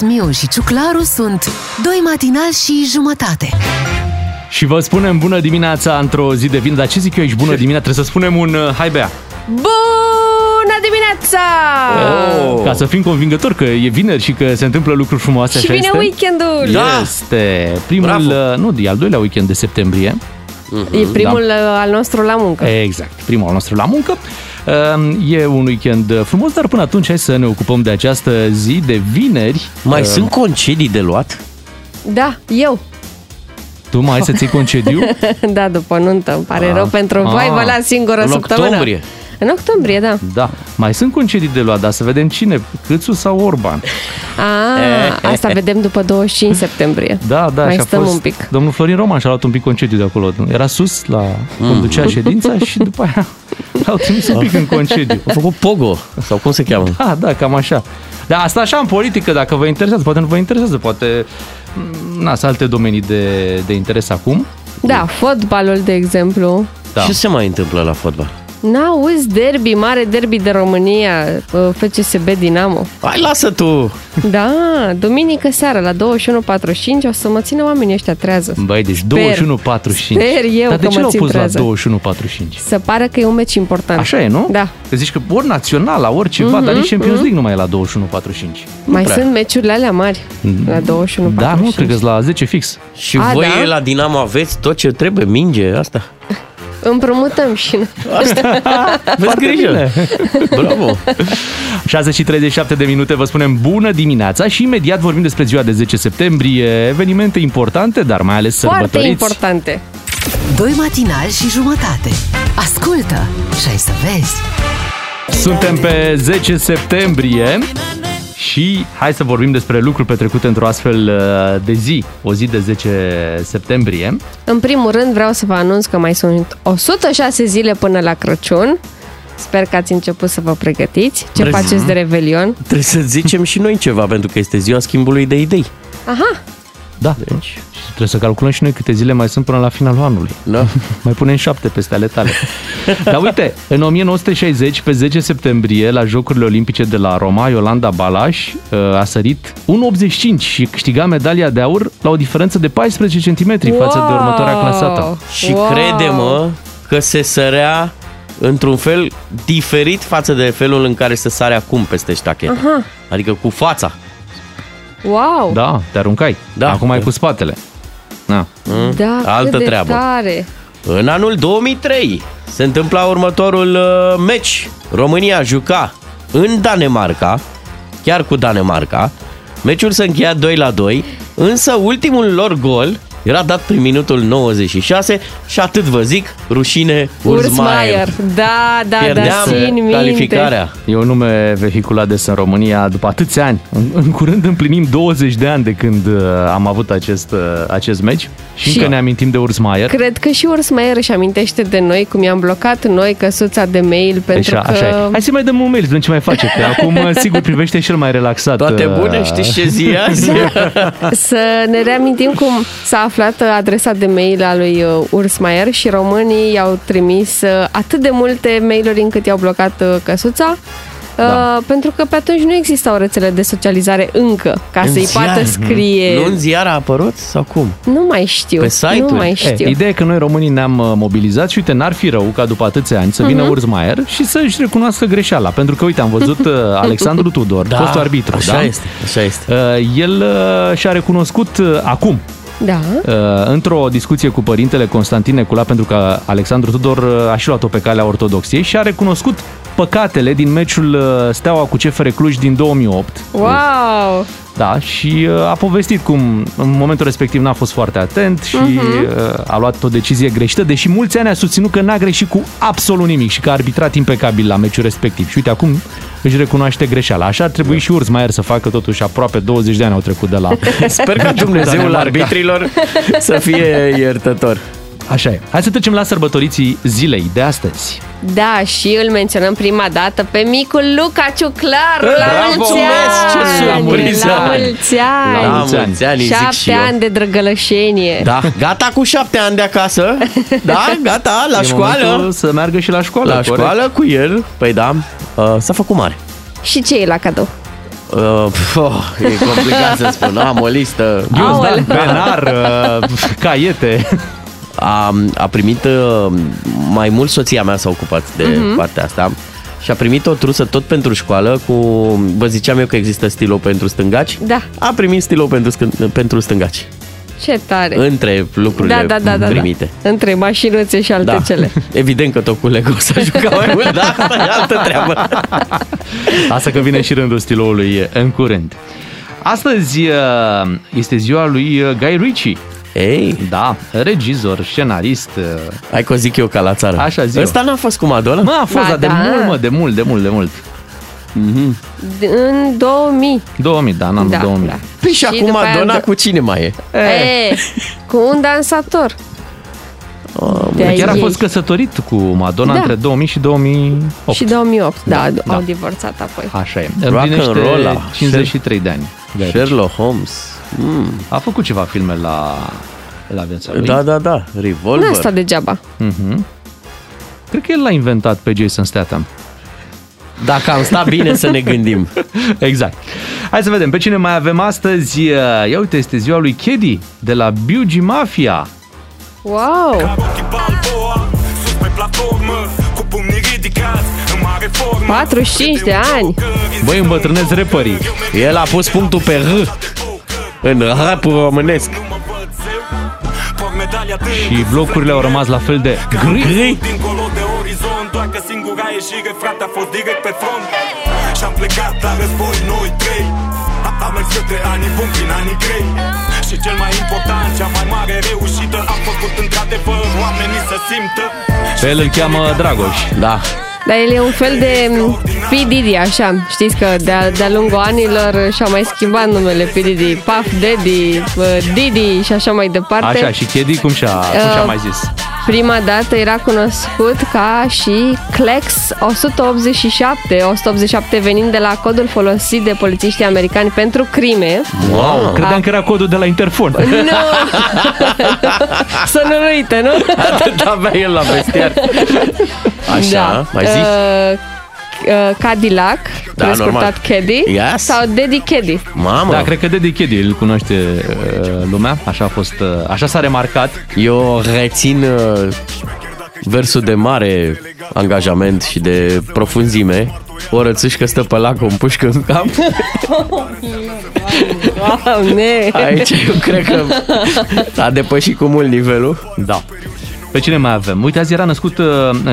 Miu și Ciuclaru sunt Doi matinal și jumătate Și vă spunem bună dimineața într-o zi de vineri. Dar ce zic eu aici bună dimineața? Trebuie să spunem un uh, hai bea. Bună dimineața! Ah. Oh. Ca să fim convingători că e vineri și că se întâmplă lucruri frumoase. Și așa vine este? weekendul! Da. Este primul, Da. Bravo. Mhm. uh, nu, e al doilea weekend de septembrie. E primul Da. uh, al nostru la muncă. Exact, primul al nostru la muncă. Uh, E un weekend frumos, dar până atunci hai să ne ocupăm de această zi de vineri. Um, Mai sunt concedii de luat? Da, eu. Tu mai ai să ții concediu? da, după nuntă. Îmi pare rău pentru voi, Ah. vă las singură În săptămână. octombrie. În octombrie, da. Da, mai sunt concedii de luat, dar să vedem cine, Câțu sau Orban. Eh. A, Ah, asta vedem după 25 septembrie. Da, da, Mai și a stăm fost, un pic. Domnul Florin Roman și-a luat un pic concediu de acolo. Era sus la Mm. conducea ședința și după Da. aia l-au trimis un pic în concediu. Au făcut Pogo, sau cum se cheamă? Da, da, cam așa. Dar asta așa în politică, dacă vă interesează, poate nu vă interesează, poate m, na, sunt alte domenii de, de interes acum. Da, fotbalul, de exemplu. Da. Ce se mai întâmplă la fotbal? N-auzi derby, mare derby de România, uh, FCSB Dinamo. Hai, lasă tu! Da, duminică seara la 21.45 o să mă țină oamenii ăștia trează. Băi, deci 21.45. sper eu Dar de că ce mă l-au țin pus trează. la 21.45? Să pară că e un meci important. Așa e, nu? Da. Că zici că ori naționala, ori ceva, mm-hmm, dar nici Champions League nu mai e la 21.45. Mhm, Mai prea. sunt meciurile alea mari, la 21 Da, nu, cred că la 10 fix. Și A, A, voi da? da? la Dinamo aveți tot ce trebuie, minge, asta. Împrumutăm și noi. Vezi grijă! Bravo! 6 și 37 de minute vă spunem bună dimineața și imediat vorbim despre ziua de 10 septembrie, evenimente importante, dar mai ales Foarte sărbătoriți. importante. Doi matinal și jumătate Ascultă și ai să vezi Suntem pe 10 septembrie și hai să vorbim despre lucruri petrecute într-o astfel uh, de zi, o zi de 10 septembrie. În primul rând vreau să vă anunț că mai sunt 106 zile până la Crăciun. Sper că ați început să vă pregătiți. Ce Vreți- faceți de Revelion? Trebuie să zicem și noi ceva, pentru că este ziua schimbului de idei. Aha, Da, deci și trebuie să calculăm și noi câte zile mai sunt până la finalul anului. Da? Mai punem șapte peste ale tale. Dar uite, în 1960, pe 10 septembrie, la Jocurile Olimpice de la Roma, Iolanda Balaș uh, a sărit 1,85 și câștiga medalia de aur la o diferență de 14 cm față de următoarea clasată. Și wow. crede-mă că se sărea într-un fel diferit față de felul în care se sare acum peste ștachetă. Aha. Adică cu fața. Wow! Da, Da, te aruncai. Da. Acum ai cu spatele. Da. da cât altă de treabă. Tare. În anul 2003 se întâmpla următorul uh, meci. România juca în Danemarca, chiar cu Danemarca. Meciul se încheia 2 la 2, însă ultimul lor gol era dat prin minutul 96 și atât vă zic, rușine Urzmaier. Ursmaier. Da, da, da, Pierdeam țin minte. calificarea. E un nume vehiculat des în România după atâția ani. În, în curând împlinim 20 de ani de când uh, am avut acest, uh, acest meci și, Și- încă ne amintim de Ursmaier. Cred că și Ursmaier își amintește de noi cum i-am blocat noi căsuța de mail pentru Așa, că... Păi așa e. Hai să mai dăm un mail, să vedem ce mai face. Că acum, sigur, privește cel mai relaxat. Toate uh, bune, știi ce zi e azi? Da. Să ne reamintim cum s-a aflat uh, adresa de mail a lui uh, Ursmaier și românii i-au trimis uh, atât de multe mail-uri încât i-au blocat uh, căsuța. Da. Pentru că pe atunci nu existau rețele de socializare încă, ca În să-i ziar, poată nu? scrie. Nu în ziar a apărut sau cum? Nu mai știu. Pe site-uri? Nu mai Eh, E, știu. ideea e că noi românii ne-am uh, mobilizat și uite, n-ar fi rău ca după atâția ani să Mhm. vină uh-huh. Urzmaier și să-și recunoască greșeala. Pentru că, uite, am văzut uh, Alexandru Tudor, da, fostul arbitru, așa da? este, așa este. Uh, El uh, și-a recunoscut uh, acum, Da. uh, într-o discuție cu părintele Constantin Necula, pentru că Alexandru Tudor uh, a și luat-o pe calea ortodoxiei și a recunoscut păcatele din meciul uh, Steaua cu CFR Cluj din 2008. Wow! Da, și uh, a povestit cum în momentul respectiv n-a fost foarte atent și uh, a luat o decizie greșită, deși mulți ani a susținut că n-a greșit cu absolut nimic și că a arbitrat impecabil la meciul respectiv. Și uite, acum își recunoaște greșeala. Așa ar Da. trebui și Urzmaier să facă, totuși aproape 20 de ani au trecut de la... Sper că Dumnezeul Danemarca. arbitrilor să fie iertător. Așa e. Hai să trecem la sărbătoriții zilei de astăzi. Da, și îl menționăm prima dată pe micul Luca Ciuclar. La Bravo, mulți mulțumesc, ce ani! surpriză! La mulți La ani! mulți ani. îi zic și Șapte eu. ani de drăgălășenie. Da, gata cu șapte ani de acasă. Da, gata, la E momentul școală. Să meargă și la școală. La corect? școală cu el. Păi da, uh, s-a făcut mare. Și ce e la cadou? Uh, pf, oh, e complicat să spun. Am o listă. Ghiozdan, Benar, uh, Caiete. A, a primit uh, mai mult soția mea s-a ocupat de Mhm. uh-huh. partea asta și a primit o trusă tot pentru școală cu... Vă ziceam eu că există stilou pentru stângaci. Da. A primit stilou pentru, stân- pentru stângaci. Ce tare. Între lucrurile Deci- da, da, da, da, primite. da. Între mașinuțe și alte Da. cele. Evident că tot cu Lego s-a jucat mai mult, dar asta e altă treabă. Asta că vine și rândul stiloului uh, în curând. Astăzi uh, este ziua lui uh, Guy Ritchie. Ei, Da, regizor, scenarist. uh, hai că o zic eu ca la țară. Așa zic eu. Ăsta n-a fost cu Madonna? Mă, a fost, Ba dar de da. mult, mă, de mult, de mult, de mult. Mhm. D- În 2000. 2000, da, în anul da, 2000. da. Păi și, acum după aia Madonna în- cu cine mai e? E, Eh. cu un dansator. Oh, Dar Chiar a fost căsătorit cu Madonna Da. între 2000 și 2008. Și 2008, da, da, da. au divorțat apoi. Așa e. and Împlinește roll la 53 de ani. Hmm. Sherlock Holmes. Mm. A făcut ceva filme la, la viața lui. Mhm. Da, da, da. Revolver. Nu asta degeaba. Cred că el l-a inventat pe Jason Statham. Dacă am stat bine să ne gândim. Exact. Hai să vedem pe cine mai avem astăzi. Ia uite, este ziua lui Kedi de la Biugi Mafia. Wow! de ani. Băi, îmbătrânesc rapperii. El a pus punctul pe R în rapul românesc. Și blocurile au rămas la fel de gri. Gri. Dincolo de orizont Doar că singura ieșire, frate, a fost direct pe front Și-am plecat la război noi trei A- Am mers către anii buni prin anii grei Și cel mai important, cea mai mare reușită Am făcut într-adevăr oamenii să simtă Pe el îl cheamă Dragoș. Da. Dar el e un fel de m, P. Diddy, așa. Știți că de-a, de-a lungul anilor și-a mai schimbat numele P. Diddy. Puff Daddy, bă, Diddy și așa mai departe. Așa, și Kedi cum și-a, cum și-a Uh, mai zis. Prima dată era cunoscut ca și Clex 187, 187 venind de la codul folosit de polițiștii americani pentru crime. Wow, credeam că era codul de la Interfon. Nu! Să nu uite, nu? Atât avea el la vestiar. Așa, mai zici? Uh, uh, Cadillac, Da, da, normal. prescurtat Caddy, Yes. sau Daddy Caddy. Mamă, Da, cred că Daddy Kedi îl cunoaște uh, lumea, așa a fost, uh, așa s-a remarcat. eu rețin uh, versul de mare angajament și de profunzime. O rățâșcă stă pe lac, o împușcă în cap. Doamne! Aici eu cred că a depășit cu mult nivelul. Da. Pe cine mai avem? Uite, azi era născut uh,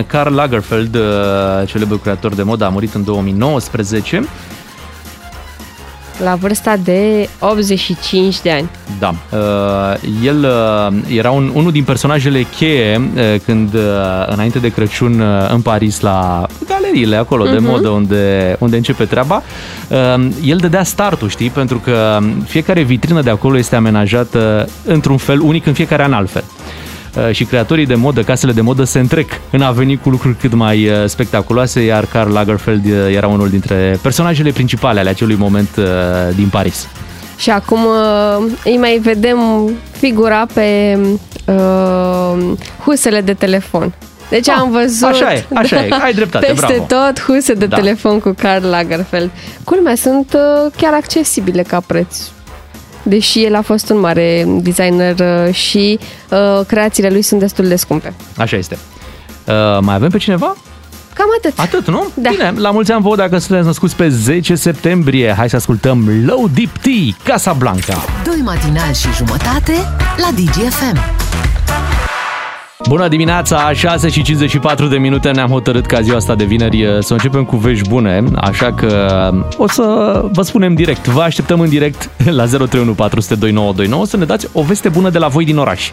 Karl Lagerfeld, uh, celebrul creator de modă, a murit în 2019. La vârsta de 85 de ani. Da. Uh, el uh, era un, unul din personajele cheie uh, când, uh, înainte de Crăciun, uh, în Paris, la galeriile acolo de modă unde, unde începe treaba, uh, el dădea startul, știi? Pentru că fiecare vitrină de acolo este amenajată într-un fel unic în fiecare an altfel. Uh, Și creatorii de modă, casele de modă se întrec în a veni cu lucruri cât mai uh, spectaculoase, iar Karl Lagerfeld uh, era unul dintre personajele principale ale acelui moment uh, din Paris. Și acum uh, îi mai vedem figura pe uh, husele de telefon. Deci Ah, am văzut așa e, așa e. Ai dreptate, peste bravo. tot huse de da. Da. telefon cu Karl Lagerfeld. Culmea, sunt uh, chiar accesibile ca preț. Deși el a fost un mare designer uh, și uh, creațiile lui sunt destul de scumpe. Așa este. Uh, mai avem pe cineva? Cam atât. Atât, nu? Da. Bine, la mulți ani vouă dacă sunteți născuți pe 10 septembrie. Hai să ascultăm Low Deep Tea, Casa Blanca. Doi matinali și jumătate la DGFM. Bună dimineața, 6 și 54 de minute ne-am hotărât ca ziua asta de vineri eh, să începem cu vești bune, așa că uh, o să vă spunem direct, vă așteptăm în direct la 031 400 2929 să ne dați o veste bună de la voi din oraș.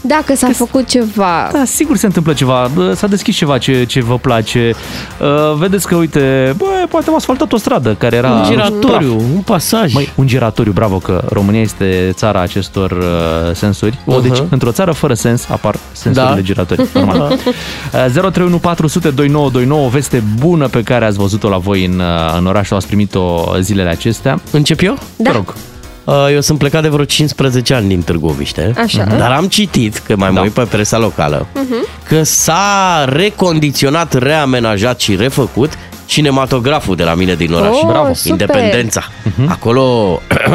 Dacă s-a făcut ceva Da, sigur se întâmplă ceva, bă, s-a deschis ceva ce, ce vă place, Uh, vedeți că, uite, bă, poate am asfaltat o stradă care era... praf. un pasaj. Măi, un giratoriu, bravo că România este țara acestor uh, sensuri. O, deci, într-o țară fără sens apar sensurile Uh-huh. Da. da. giratorii. Normal. Uh, 031 400 2929, veste bună pe care ați văzut-o la voi în, uh, în oraș sau ați primit-o zilele acestea. Încep eu? Da. Te rog. Uh, Eu sunt plecat de vreo 15 ani din Târgoviște. Așa. Mhm. Dar am citit, că mai da. mă uit pe presa locală, că s-a recondiționat, reamenajat și refăcut cinematograful de la mine din oraș. Oh, Bravo. super. Independența. Acolo...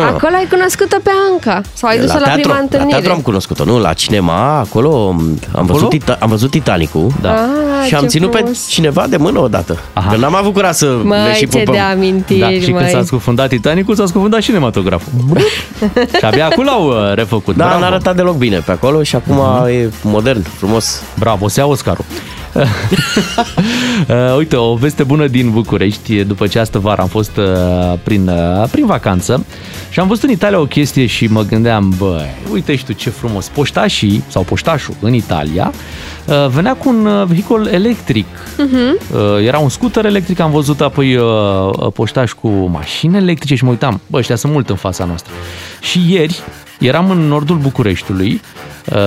Acolo ai cunoscut-o pe Anca. Sau ai dus-o la, prima la întâlnire. teatru am cunoscut-o, nu? La cinema, acolo am văzut, Tita- am văzut Titanic-ul Da. Ah, și am ce ținut pe frumos. cineva de mână odată. Aha. Că n-am avut curaj să le Măi, și ce pupăm. de amintiri, Da, și când măi. s-a scufundat Titanicul, s-a scufundat cinematograful. și abia acum l-au uh, refăcut. Da, Bravo. Mhm. n-a arătat deloc bine pe acolo și acum e modern, frumos. Bravo, se ia Oscarul. Uh, Uite, o veste bună din București. După ce astă vară am fost uh, prin, uh, prin vacanță și am văzut în Italia o chestie și mă gândeam, bă, uite și tu ce frumos. Poștașii, sau poștașul în Italia, uh, venea cu un uh, vehicul electric. Uh-huh. Era un scooter electric, am văzut apoi uh, poștași cu mașini electrice și mă uitam, bă, ăștia sunt mult în fața noastră. Și ieri, Eram în nordul Bucureștiului, uh,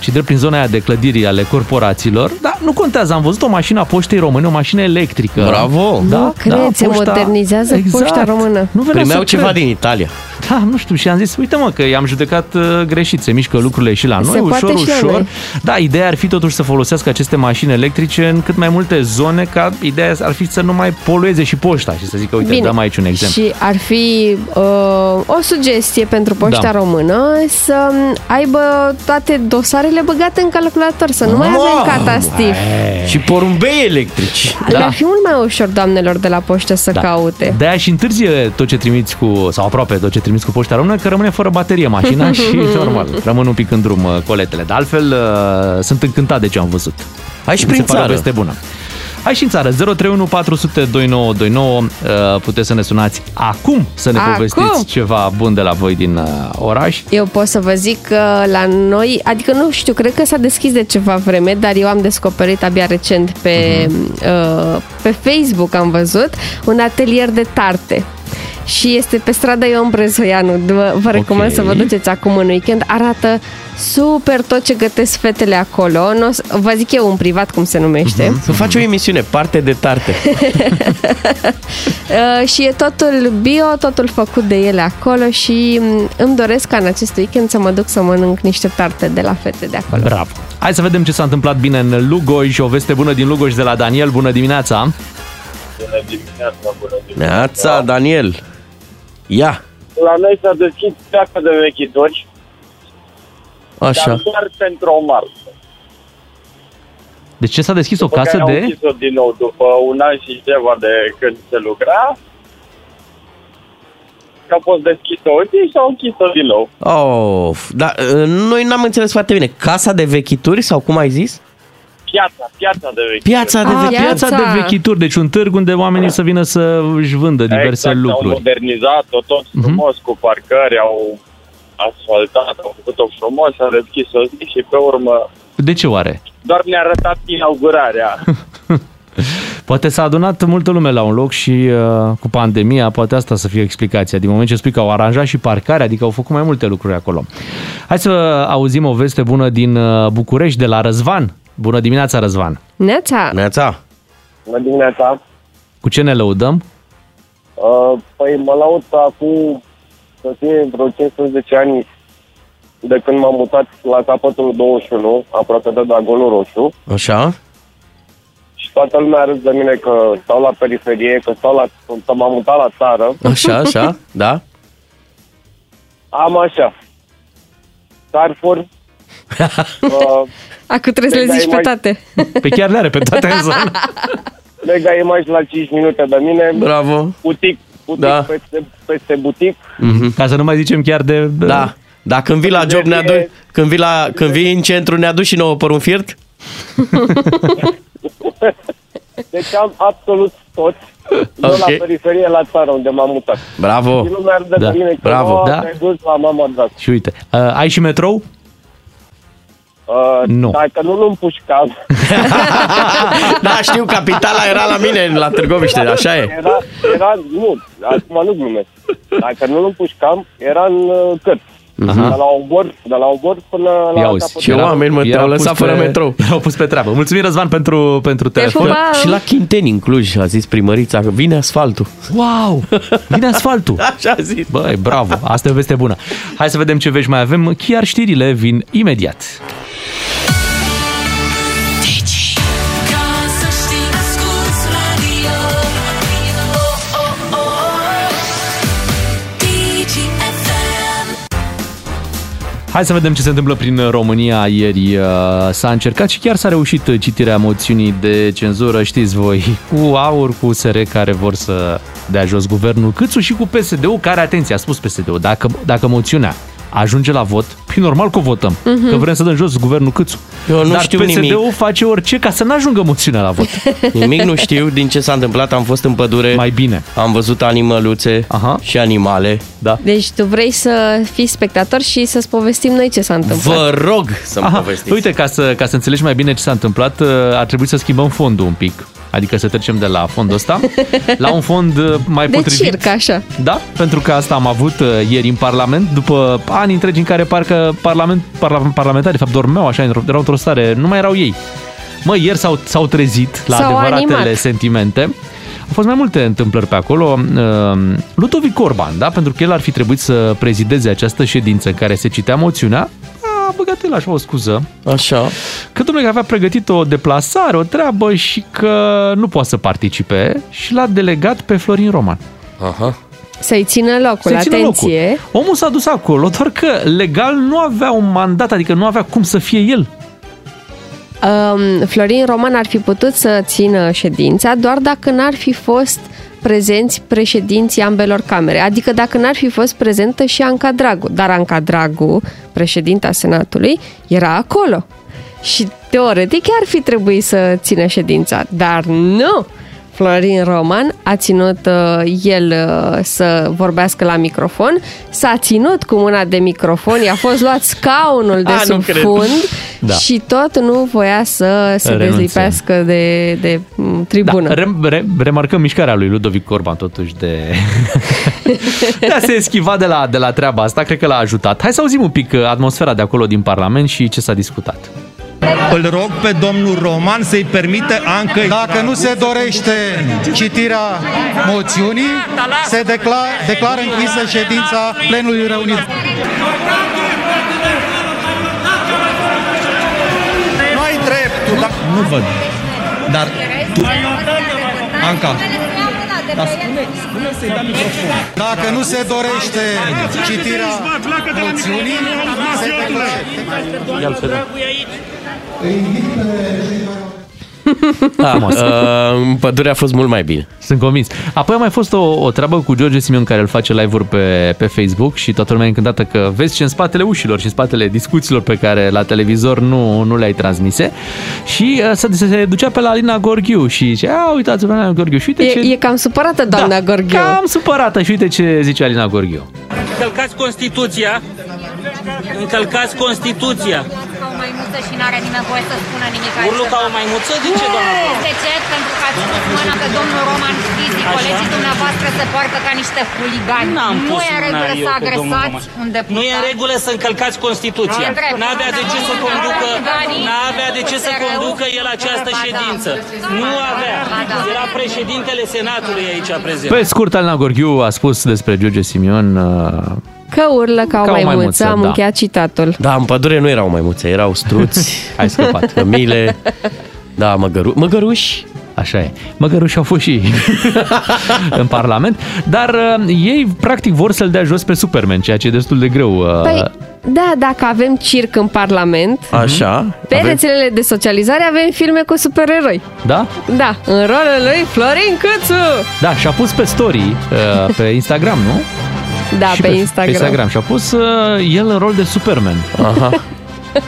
ci drept prin zona aia de clădiri ale corporațiilor, dar nu contează, am văzut o mașină a poștei române, o mașină electrică. Bravo! Da, Nu cred, se modernizează poșta română. Exact. Nu venea Primeau să ceva cred. din Italia. Da, nu știu, și am zis, uite mă, că i-am judecat uh, greșit, se mișcă lucrurile și la noi, Se ușor, poate și la ușor. noi. Da, ideea ar fi totuși să folosească aceste mașini electrice în cât mai multe zone, ca ideea ar fi să nu mai polueze și poșta și să zică, uite, Bine. dăm aici un exemplu. Și ar fi uh, o sugestie pentru poșta Da. da. română să aibă toate dosarele băgate în calculator, să nu mai Mamă! avem catastif. Și porumbei electrici. Da. Da. Le-ar fi mult mai ușor doamnelor de la poștă să da. caute. De-aia și întârzie tot ce trimiți cu, sau aproape tot ce trimiți cu poșta română, că rămâne fără baterie mașina și normal, rămân un pic în drum uh, coletele. Dar altfel uh, sunt încântat de ce am văzut. Hai și Mi se prin pare o țară. veste bună. Hai și în țară, 031 400 2929, uh, puteți să ne sunați acum să ne Acum! povestiți ceva bun de la voi din uh, oraș. Eu pot să vă zic că la noi, adică nu știu, cred că s-a deschis de ceva vreme, dar eu am descoperit abia recent pe, uh, pe Facebook, am văzut, un atelier de tarte. Și este pe strada Ion Brezoianu. Vă, vă recomand Ok. să vă duceți acum în weekend. Arată super tot ce gătesc fetele acolo. N-o, să- vă zic eu în privat cum se numește. Să faci o emisiune, parte de tarte. Uh, și e totul bio, totul făcut de ele acolo și mm, îmi doresc ca în acest weekend să mă duc să mănânc niște tarte de la fete de acolo. Bravo! Hai să vedem ce s-a întâmplat bine în Lugoj, o veste bună din Lugoj de la Daniel. Bună dimineața! Bună dimineața, bună dimineața. Neața, Daniel. Ia, La noi s-a deschis piața de vechituri, așa. dar doar pentru o marță. Deci ce s-a deschis o După casă care au de... închis-o din nou după un an și ceva de când se lucra. Că a fost deschisă o zi și au închis-o din nou. Of, dar uh, noi n-am înțeles foarte bine. Casa de vechituri sau cum ai zis? Piața, piața de vechituri. Piața de Ah, vechituri. piața, Piața. de vechituri, deci un târg unde oamenii să vină să își vândă diverse exact, Au lucruri. modernizat-o tot Mhm. frumos cu parcări, au asfaltat, au făcut-o frumos, s-a deschis o zi și pe urmă De ce oare? doar ne-a arătat inaugurarea. Poate s-a adunat multă lume la un loc și uh, cu pandemia, poate asta să fie explicația. Din moment ce spui că au aranjat și parcarea, adică au făcut mai multe lucruri acolo. Hai să auzim o veste bună din uh, București, de la Răzvan. Bună dimineața, Răzvan! Neața! Neața. Bună dimineața! Cu ce ne lăudăm? Uh, Păi mă laud că acum să fie vreo 15 ani de când m-am mutat la capătul 21, aproape de Dagonul Roșu, Așa. și toată lumea a râs de mine că stau la periferie, că stau la, că m-am mutat la țară. Așa, așa, da. Am așa. Carrefour, uh, Acum trebuie să Deci, le zici pe ai mai- toate. Pe Păi chiar le are pe Da, toate în zonă. mega imagi la 5 minute de mine, Bravo. butic, butic Da. da. peste, peste butic, Mhm. Ca să nu mai zicem chiar de... Da. Dar când vii la job, ne adu- când, vii la, când vii în centru, ne aduci și nouă pe un fiert? deci am absolut tot. Okay. Ok. la periferie, la țară, unde m-am mutat. Bravo. Și lumea arde Da. da. mine că Bravo, Bravo, da. da. dus la mama dat. Și uite, uh, ai și metrou? Uh, Nu. Dacă nu-l împușcam, Da, știu, capitala era la mine, la Târgoviște, așa e. era, era, nu, acum nu glumesc. Dacă nu-l împușcam, era în uh, cât. De la obor, de la obor până la Ia uzi, capătul. Ce oameni, mă, erau te-au pus lăsat fără metrou. Erau pus pe treabă. Mulțumim, Răzvan, pentru, pentru Te-ai telefon. pupat. Și la Chinteni în Cluj a zis primărița că vine asfaltul. Wow! Vine asfaltul! Așa a zis. Băi, bravo! Asta e o veste bună. Hai să vedem ce vești mai avem. Chiar știrile vin imediat. Ca să știi, asculți radio Hai să vedem ce se întâmplă prin România ieri. Uh, S-a încercat și chiar s-a reușit uh, citirea moțiunii de cenzură, știți voi, cu AUR, cu SR care vor să dea jos guvernul Câțu și cu PSD-ul care, atenție, a spus PSD-ul, dacă, dacă moțiunea ajunge la vot, prin normal că o votăm, uh-huh. că vrem să dăm jos guvernul Câțu. Eu nu Dar știu PSD-ul nimic. face orice ca să nu ajungă moțiunea la vot. Nimic nu știu din ce s-a întâmplat. Am fost în pădure, Mai bine. am văzut animăluțe Aha. și animale. Da. Deci tu vrei să fii spectator și să-ți povestim noi ce s-a întâmplat. Vă rog să-mi Aha, povestiți. uite, ca să, ca să înțelegi mai bine ce s-a întâmplat, uh, ar trebui să schimbăm fondul un pic. Adică să trecem de la fondul ăsta la un fond uh, mai de potrivit. circ, așa. Da, pentru că asta am avut uh, ieri în Parlament, după ani întregi în care parcă parlament, parla, parlamentarii, de fapt, dormeau așa, într-o- erau într-o stare, nu mai erau ei. Mă, ieri s-au, s-au trezit la S-au adevăratele animat. sentimente. Au fost mai multe întâmplări pe acolo. Uh, Ludovic Orban, da, pentru că el ar fi trebuit să prezideze această ședință în care se citea moțiunea, a băgat el așa o scuză Așa. că domnule că avea pregătit o deplasare, o treabă și că nu poate să participe și l-a delegat pe Florin Roman. Aha. Să-i țină locul, Să-i țină atenție. Locul. Omul s-a dus acolo, doar că legal nu avea un mandat, adică nu avea cum să fie el. Um, Florin Roman ar fi putut să țină ședința doar dacă n-ar fi fost prezenți președinții ambelor camere, adică dacă n-ar fi fost prezentă și Anca Dragu. Dar Anca Dragu, președinta Senatului, era acolo. Și teoretic ar fi trebuit să țină ședința, dar nu! Florin Roman a ținut uh, el uh, să vorbească la microfon, s-a ținut cu mâna de microfon, i-a fost luat scaunul de A, nu sub cred. fund Da. da. și tot nu voia să se Renunțe. dezlipească de, de m, tribună. Da, rem, re, remarcăm mișcarea lui Ludovic Orban totuși de... de a Da, se eschiva de la, de la treaba asta, cred că l-a ajutat. Hai să auzim un pic uh, atmosfera de acolo din Parlament și ce s-a discutat. Îl rog pe domnul Roman să-i permite Ancăi Dacă nu se dorește citirea moțiunii, se declară, declară închisă ședința plenului reunit. Nu ai dreptul, dar... Nu văd. Dar tu... Anca. Dar spune, spune să-i dea microfon. Dacă nu se dorește citirea moțiunii, se declară. Da, uh, în pădure a fost mult mai bine. Sunt convins. Apoi a mai fost o, o treabă cu George Simion care îl face live-uri pe, pe Facebook și toată lumea e încântată că vezi ce în spatele ușilor și în spatele discuțiilor pe care la televizor nu, nu le-ai transmise. Și uh, se, se ducea pe la Alina Gorghiu și zice, a, uitați-vă la Alina Gorghiu și uite ce... E, e cam supărată doamna da, Gorghiu. Cam supărată și uite ce zice Alina Gorghiu. Încălcați Constituția. Încălcați Constituția. Ca o maimuță și n-are nimeni voie să spună nimic Urlu ca o maimuță, de ce, doamna? Gorghiu? De ce? Pentru că ați pus mâna pe domnul Roman Știți, Așa. colegii dumneavoastră se poartă ca niște huligani. N-am nu pus e în mâna regulă eu să pe domnul agresați Roman. un deputat. Nu e în regulă să încălcați Constituția. E drept. N-avea de ce să conducă, Banii, n-avea de ce să USR-ul, conducă el această ba da. ședință. Nu Ba da, avea. ba da. Era președintele Senatului aici prezent. Pe scurt, Alina Gorghiu a spus despre George Simion... Uh, Că urlă ca o Ca o maimuță, maimuță, am da. încheiat citatul. Da, în pădure nu erau maimuțe, erau struți, ai scăpat. cămile, da, măgăru- măgăruși. Așa e. Măgăruși au fost și ei în Parlament, dar uh, ei practic vor să-l dea jos pe Superman, ceea ce e destul de greu. Uh, Mhm. Păi, da, dacă avem circ în Parlament, Așa. pe Avem- rețelele de socializare avem filme cu supereroi. Da? Da, în rolul lui Florin Câțu! Da, și-a pus pe story uh, pe Instagram, nu? Da, și pe, Instagram. Pe Instagram și-a pus uh, el în rol de Superman. Aha.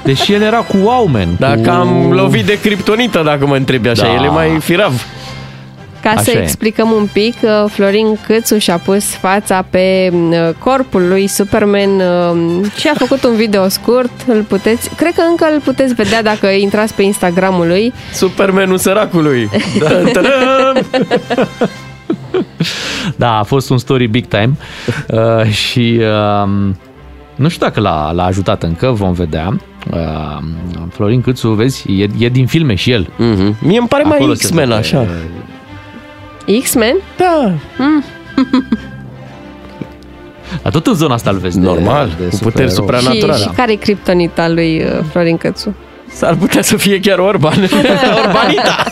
Deci el era cu Wowman. Dacă cu... am lovit de criptonită, dacă mă întrebi așa, Da. da. el e mai firav. Ca Așa să e. explicăm un pic, uh, Florin Câțu și-a pus fața pe uh, corpul lui Superman uh, și a făcut un video scurt, îl puteți, cred că încă îl puteți vedea dacă intrați pe Instagramul lui. Supermanul săracului. Da. Tadam! Da, a fost un story big time uh, și uh, nu știu dacă l-a, l-a ajutat încă, vom vedea. Uh, Florin Câțu, vezi, e, e din filme și el. Mhm. Mie îmi pare Acolo mai se X-Men vede, așa. uh, X-Men? Mm. Da. Dar tot în zona asta îl vezi de- Normal, de, cu supererou. puteri Și, supranatural. și care e criptonita lui uh, Florin Cățu? S-ar putea să fie chiar Orban. Orbanita.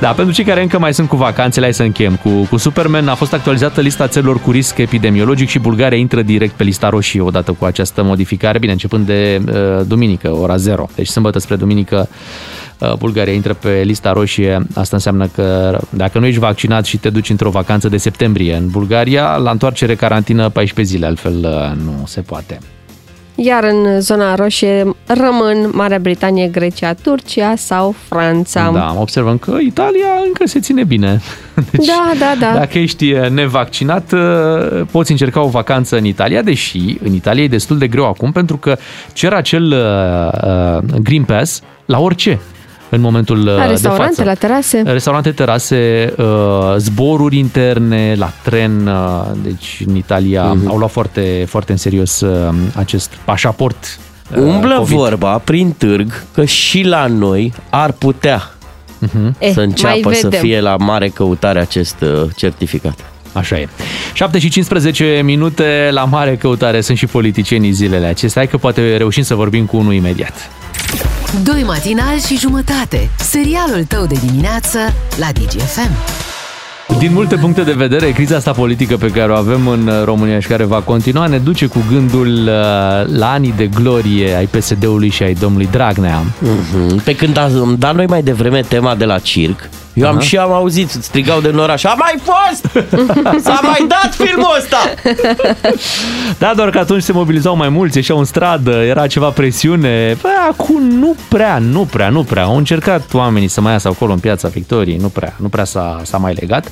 Da, pentru cei care încă mai sunt cu vacanțele, hai să încheiem cu, cu Superman. A fost actualizată lista țărilor cu risc epidemiologic și Bulgaria intră direct pe lista roșie odată cu această modificare. Bine, începând de uh, duminică, ora 0. Deci sâmbătă spre duminică uh, Bulgaria intră pe lista roșie. Asta înseamnă că dacă nu ești vaccinat și te duci într-o vacanță de septembrie în Bulgaria, la întoarcere carantină 14 zile, altfel uh, nu se poate. Iar în zona roșie rămân Marea Britanie, Grecia, Turcia sau Franța. Da, observăm că Italia încă se ține bine. Deci da, da. da. Dacă ești eh, nevaccinat, eh, poți încerca o vacanță în Italia, deși în Italia e destul de greu acum pentru că cer acel eh, eh, Green Pass la orice în momentul eh, la de restaurante, față. la terase. Restaurante, terase, eh, zboruri interne, la tren, eh, deci în Italia Mhm. au luat foarte, foarte în serios eh, acest pașaport. eh, Umblă COVID. vorba prin târg că și la noi ar putea Eh, să înceapă mai să vedem. fie la mare căutare acest uh, certificat. Așa e. 7 și 15 minute la mare căutare sunt și politicienii zilele acestea. Hai că poate reușim să vorbim cu unul imediat. Doi matinali și jumătate. Serialul tău de dimineață la DGFM. Din multe puncte de vedere, criza asta politică pe care o avem în România și care va continua ne duce cu gândul uh, la anii de glorie ai PSD-ului și ai domnului Dragnea. Mm-hmm. Pe când am dat noi mai devreme tema de la circ, eu am Aha. și am auzit, strigau de în oraș, a mai fost! S-a mai dat filmul ăsta! Da, doar că atunci se mobilizau mai mulți, ieșeau în stradă, era ceva presiune. Bă, acum nu prea, nu prea, nu prea. Au încercat oamenii să mai iasă acolo în piața Victoriei, nu prea, nu prea s-a, s-a mai legat.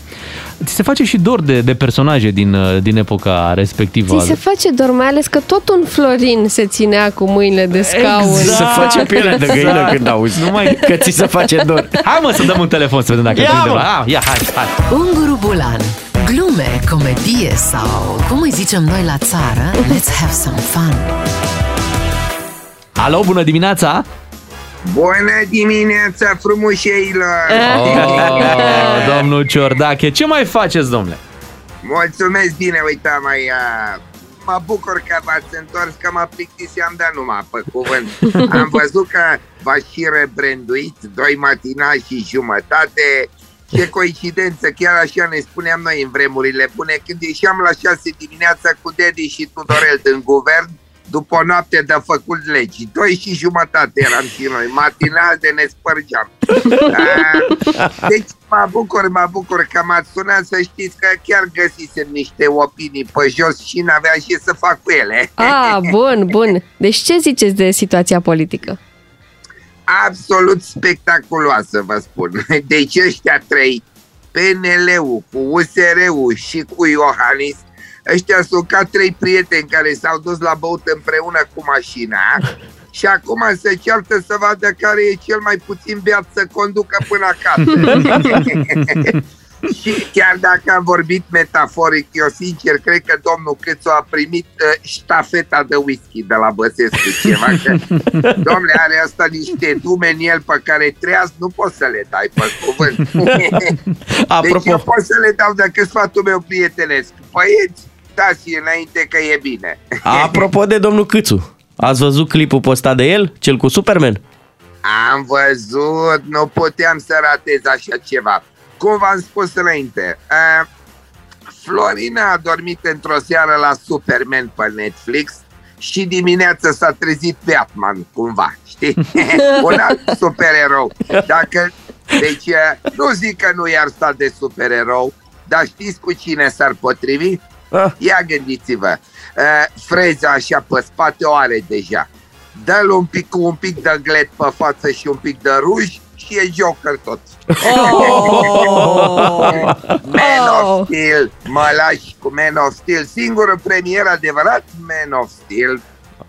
Ți se face și dor de, de personaje din, uh, din epoca respectivă. Ți se face dor, mai ales că tot un florin se ținea cu mâinile de scaun. Exact. Se face pielea de găină când auzi Numai... că ți se face dor. Exact. Hai mă să dăm un telefon să vedem dacă Ia, prinde mă! la... Ah, ia, hai, hai. Unguru Bulan. Glume, comedie sau cum îi zicem noi la țară, let's have some fun. Alo, bună dimineața! Bună dimineața, frumușeilor! Eh. Eh. Ah. Oh, domnul Ciordache, ce mai faceți, domnule? Mulțumesc bine, uita mai... uh, Mă bucur că v-ați întors, că mă plictiseam, dar numai pe cuvânt. Am văzut că v-ați și rebranduit, doi matina și jumătate. Ce coincidență, chiar așa ne spuneam noi în vremurile bune, când ieșeam la 6 dimineața cu Dedi și Tudorel din guvern, după o noapte de făcut legi. Doi și jumătate eram și noi, matinal de ne spărgeam. Ah, Deci mă bucur, mă bucur că m-ați sunat să știți că chiar găsisem niște opinii pe jos și n-aveam ce să fac cu ele. A, bun, bun. Deci ce ziceți de situația politică? absolut spectaculoasă, vă spun. Deci ăștia trei, PNL-ul cu USR-ul și cu Iohannis, ăștia sunt ca trei prieteni care s-au dus la băut împreună cu mașina și acum se ceartă să vadă care e cel mai puțin beat să conducă până acasă. Și chiar dacă am vorbit metaforic, eu sincer cred că domnul Câțu a primit uh, ștafeta de whisky de la Băsescu ceva. Că, domnule, are asta niște dume în el pe care treaz, nu poți să le dai pe cuvânt. deci Apropo. eu pot să le dau decât sfatul meu prietenesc. Băieți, dați înainte că e bine. Apropo de domnul Câțu, ați văzut clipul postat de el, cel cu Superman? Am văzut, nu puteam să ratez așa ceva. Cum v-am spus înainte, uh, Florina a dormit într-o seară la Superman pe Netflix și dimineața s-a trezit Batman, cumva, știi? Un alt supererou. Dacă, deci, uh, nu zic că nu i-ar sta de supererou, dar știți cu cine s-ar potrivi? Ah. Ia gândiți-vă, uh, freza așa pe spate o are deja. Dă-l un pic cu un pic de glet pe față și un pic de ruj și e Joker tot. Oh! Man of Steel, mă lași cu Man of Steel, singurul premier adevărat Man of Steel.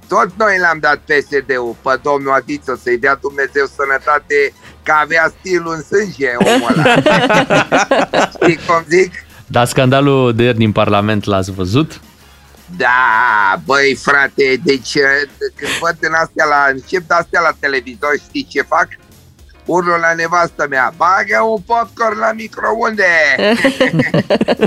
Tot noi l-am dat PSD-ul pe domnul Adiță să-i dea Dumnezeu sănătate că avea stilul în sânge omul ăla. Știi cum zic? Da, scandalul de ieri din Parlament l-ați văzut? Da, băi frate, deci eh, când văd în astea la încep de astea la televizor, știi ce fac? Urlu la nevastă mea, bagă un popcorn la microunde!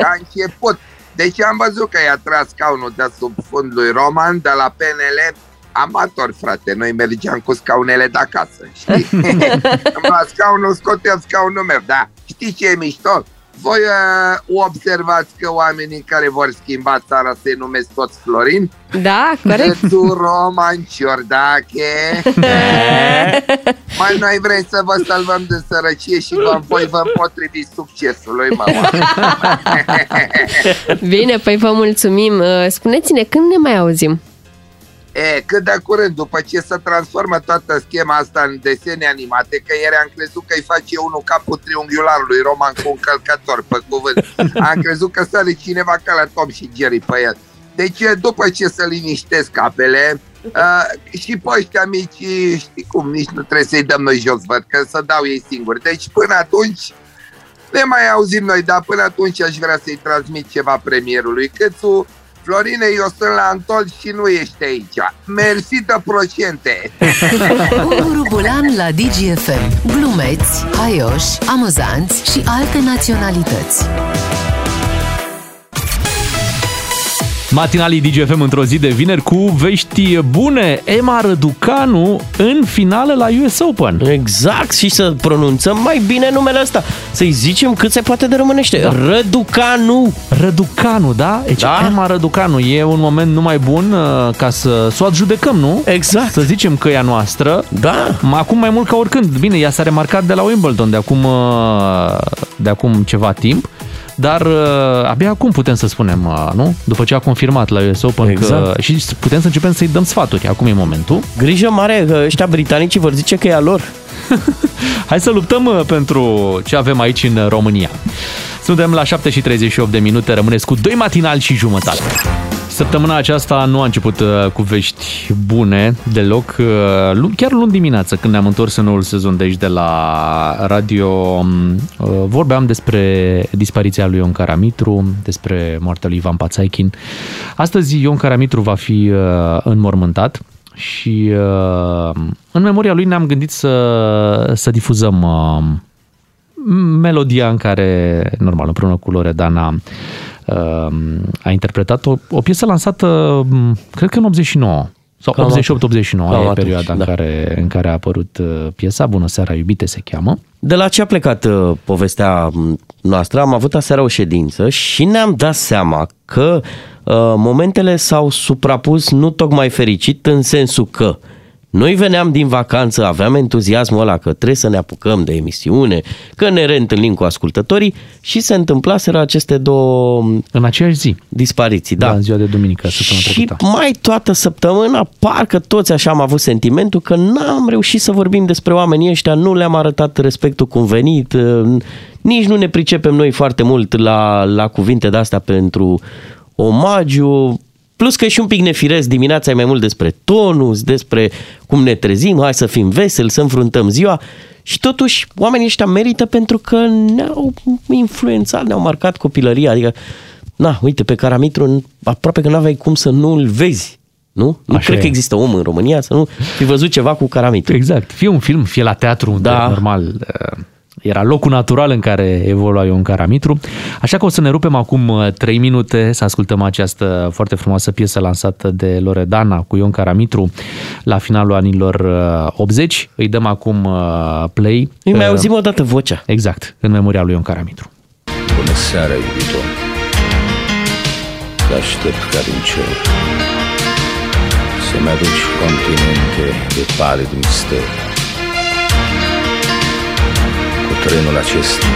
a început. Deci am văzut că i-a tras scaunul de sub fundul lui Roman de la PNL amator, frate, noi mergeam cu scaunele de acasă, știi? Îmi lua scaunul, scoteam scaunul meu, da. Știi ce e mișto? Voi uh, observați că oamenii care vor schimba țara se numesc toți Florin? Da, corect. Tu roman ciordache. Mai noi vrem să vă salvăm de sărăcie și vă, voi vă potriviți succesului, mama. Bine, păi vă mulțumim. Uh, Spuneți-ne când ne mai auzim. E, cât de curând, după ce se transformă toată schema asta în desene animate, că ieri am crezut că îi face unul capul triunghiularului Roman cu un călcător, pe cuvânt. Am crezut că sare cineva ca la Tom și Jerry pe el. Deci, e, după ce să liniștesc apele, a, și pe ăștia mici, știi cum, nici nu trebuie să-i dăm noi jos, văd că să dau ei singuri. Deci, până atunci, ne mai auzim noi, dar până atunci aș vrea să-i transmit ceva premierului Cățu. Florine, eu sunt la Antol și nu ești aici. Mersi de procente! Unguru Bulan la DGFM. Glumeți, haioși, amuzanți și alte naționalități. Matinalii DGFM într-o zi de vineri cu vești bune. Emma Răducanu în finală la US Open. Exact, și să pronunțăm mai bine numele ăsta. Să-i zicem cât se poate de românește. Da. Răducanu. Răducanu, da? Deci da? Emma Răducanu e un moment numai bun uh, ca să, să o adjudecăm, nu? Exact. Să zicem că e a noastră. Da. Acum mai mult ca oricând. Bine, ea s-a remarcat de la Wimbledon de acum, uh, de acum ceva timp. Dar uh, abia acum putem să spunem, uh, nu? După ce a confirmat la US Open că... Exact. Și putem să începem să-i dăm sfaturi. Acum e momentul. Grijă mare că ăștia britanicii vor zice că e a lor. Hai să luptăm uh, pentru ce avem aici în uh, România. Suntem la 7 și 38 de minute, rămâneți cu 2 matinali și jumătate. Săptămâna aceasta nu a început uh, cu vești bune deloc, uh, lu- chiar luni dimineață când ne-am întors în noul sezon de aici de la radio, um, uh, vorbeam despre dispariția lui Ion Caramitru, despre moartea lui Ivan Pațaichin. Astăzi Ion Caramitru va fi uh, înmormântat și uh, în memoria lui ne-am gândit să, să difuzăm uh, melodia în care, normal, împreună cu Loredana uh, a interpretat o, o piesă lansată, um, cred că în 89 sau Cam Cam 88-89 e atunci, perioada în, da. care, în care a apărut uh, piesa Bună seara, iubite se cheamă. De la ce a plecat uh, povestea m, noastră, am avut aseară o ședință și ne-am dat seama că uh, momentele s-au suprapus nu tocmai fericit, în sensul că noi veneam din vacanță, aveam entuziasmul ăla că trebuie să ne apucăm de emisiune, că ne reîntâlnim cu ascultătorii și se întâmplaseră aceste două m, În aceeași zi, dispariții. Da, da, în ziua de duminică, săptămâna și trecută. mai toată săptămâna, parcă toți așa am avut sentimentul că n-am reușit să vorbim despre oamenii ăștia, nu le-am arătat respectul cumvenit, eh, nici nu ne pricepem noi foarte mult la, la cuvinte de-astea pentru omagiu, plus că e și un pic nefiresc, dimineața e mai mult despre tonus, despre cum ne trezim, hai să fim veseli, să înfruntăm ziua și totuși oamenii ăștia merită pentru că ne-au influențat, ne-au marcat copilăria, adică Na, uite, pe Caramitru aproape că n-aveai cum să nu-l vezi, nu? Nu Așa cred că e. există om în România să nu fi văzut ceva cu Caramitru. Exact. Fie un film, fie la teatru, unde da. Da. normal uh, era locul natural în care evolua Ion Caramitru. Așa că o să ne rupem acum 3 minute să ascultăm această foarte frumoasă piesă lansată de Loredana cu Ion Caramitru la finalul anilor uh, 80. Îi dăm acum uh, play. Îi mai Uh, auzim o dată vocea. Exact, în memoria lui Ion Caramitru. Bună seara, iubito Te aștept ca din cer Să-mi aduci continente de palid mister Cu trenul acesta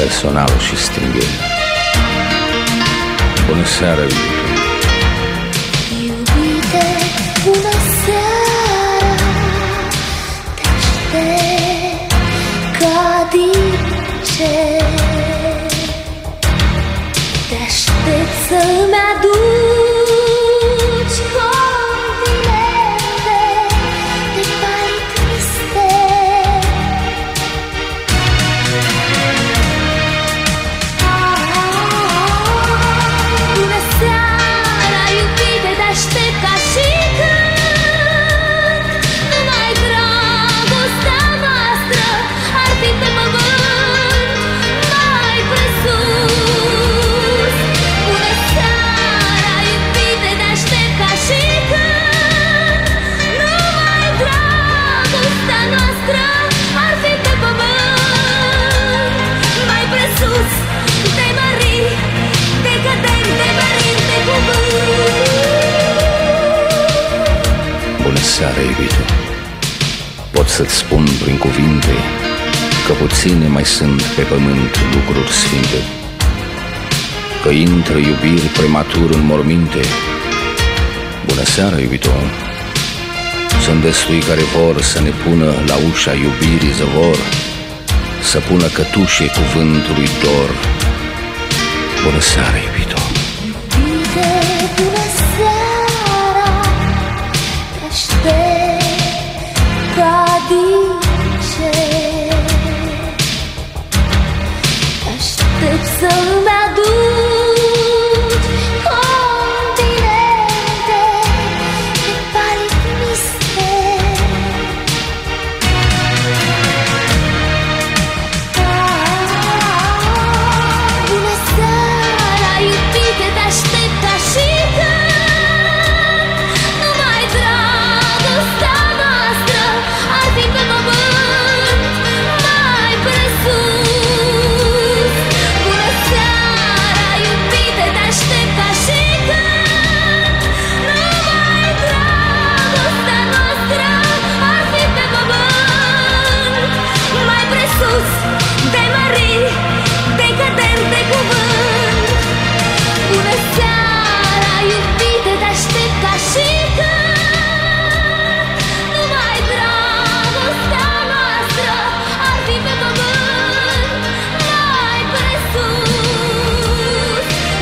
Personal și stringent Bună seara, iubito Iubite, bună seara Te aștept ca din cer Te aștept să-mi aduci continente De mari triste Bună seara, seară, iubito. Pot să-ți spun prin cuvinte că puține mai sunt pe pământ lucruri sfinte, că intră iubiri prematur în morminte. Bună seara, iubito! Sunt destui care vor să ne pună la ușa iubirii zăvor, să pună cătușe cuvântului dor. Bună seara, iubito! Bine, bună seara, te aștept ca din cer. Aștept să-mi aduci continente de palid mister. Ah, Bună seara, iubite, te aștept ca și când Numai dragostea noastră ar fi pe pământ mai presus Bună seara, iubite, te aștept ca și când Numai dragostea noastră ar fi pe pământ mai presus de mării decadent de cuvânt Bună seara, iubite, te aștept ca și când Numai dragostea noastră ar fi pe pământ mai presus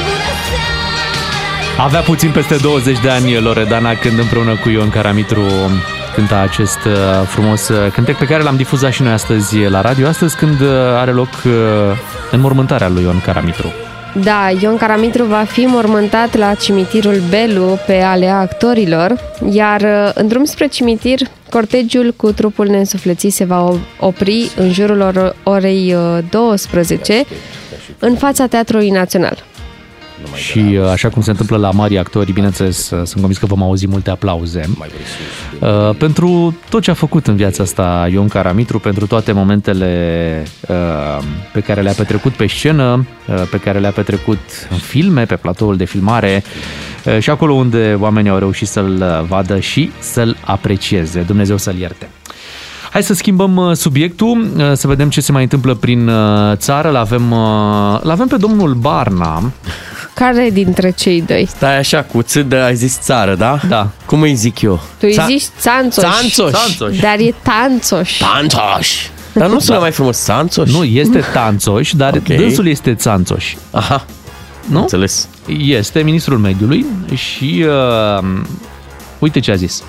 Bună seara, Avea puțin peste 20 de ani Loredana când împreună cu Ion Caramitru cânta acest uh, frumos uh, cântec pe care l-am difuzat și noi astăzi la radio, astăzi când uh, are loc uh, înmormântarea lui Ion Caramitru. Da, Ion Caramitru va fi mormântat la cimitirul Belu pe alea actorilor, iar uh, în drum spre cimitir, cortegiul cu trupul neînsuflețit se va opri în jurul or- orei uh, 12 în fața Teatrului Național. Și uh, așa cum se întâmplă la mari actori, bineînțeles, uh, sunt convins că vom auzi multe aplauze. Uh, Pentru tot ce a făcut în viața asta Ion Caramitru, pentru toate momentele uh, pe care le-a petrecut pe scenă, uh, pe care le-a petrecut în filme, pe platoul de filmare uh, și acolo unde oamenii au reușit să-l uh, vadă și să-l aprecieze. Dumnezeu să-l ierte. Hai să schimbăm uh, subiectul, uh, să vedem ce se mai întâmplă prin uh, țară. L-avem, uh, l-avem pe domnul Barna, Care dintre cei doi? Stai așa, cu ț de ai zis țară, da? Da. Cum îi zic eu? Tu îi zici Țanțoș. Țanțoș. Țanțoș. Dar e Tanțoș. Tanțoș. Dar nu sună Da. mai frumos, Tanțoș? Nu, este Tanțoș, dar Ok. okay. dânsul este Țanțoș. Aha. Nu? Înțeles. Este ministrul mediului și uh, uite ce a zis.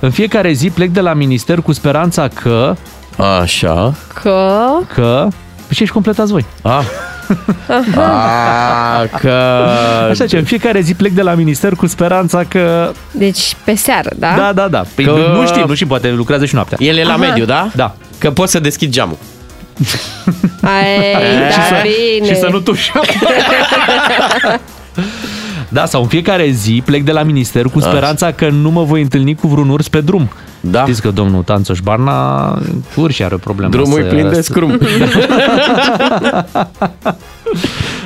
În fiecare zi plec de la minister cu speranța că... Așa. Că... Că... Păi ce și completați voi? Ah. Ah, A, că... Așa ce, în fiecare zi plec de la minister cu speranța că... Deci pe seară, da? Da, da, da. Păi Că- că... nu știm, nu știm, poate lucrează și noaptea. El e la Aha. mediu, da? Da. Că poți să deschid geamul. Ai, Și da, să- bine. și să nu tuși. Da, sau în fiecare zi plec de la minister cu Așa. speranța că nu mă voi întâlni cu vreun urs pe drum. Da. Știți că domnul Tanțoș Barna cu urși are o problemă. Drumul e să- plin de scrum.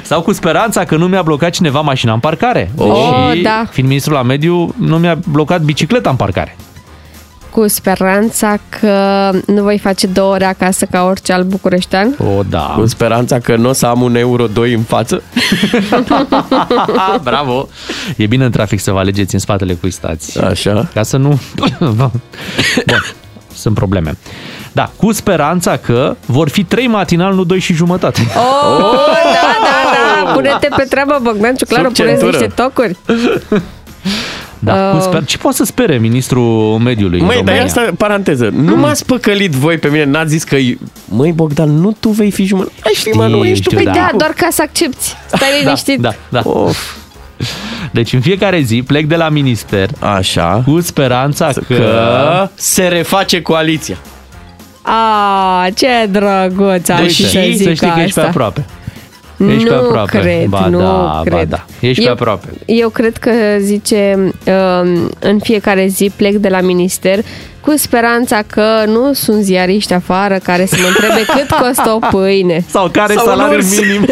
Sau cu speranța că nu mi-a blocat cineva mașina în parcare. Oh, Deși, da. Fiind ministru la mediu, nu mi-a blocat bicicleta în parcare. Cu speranța că nu voi face două ore acasă ca orice alt bucureștean. O, da. Cu speranța că nu o să am un euro 2 în față. Bravo. E bine în trafic să vă alegeți în spatele cui stați. Așa. Ca să nu... Bun, sunt probleme. Da, cu speranța că vor fi trei matinal, nu doi și jumătate. Oh, da, da, da, pune-te pe treabă, Bogdan Ciuclaru, Sub puneți centură. niște tocuri. Da, Oh. cu sper... Ce poate să spere ministrul mediului în Măi, dar România? Hmm. asta, paranteză, nu m-ați păcălit voi pe mine, n-ați zis că... Măi, Bogdan, nu tu vei fi jumătate. Ai fi, mă, nu Știu, ești tu știu, pe Păi da, da. doar ca să accepti. Stai liniștit. Da, da. Of. Deci în fiecare zi plec de la minister Așa. cu speranța că... Că se reface coaliția. A, ce drăguț am Deși Da, să zic să știi că ești pe asta. aproape. Ești pe Nu aproape. cred, ba nu da, ba cred. da. Ești Eu- pe aproape. Eu cred că zice um, în fiecare zi plec de la minister cu speranța că nu sunt ziariști afară care să mă întrebe cât costă o pâine. Sau care e Sau un salariul urs. minim.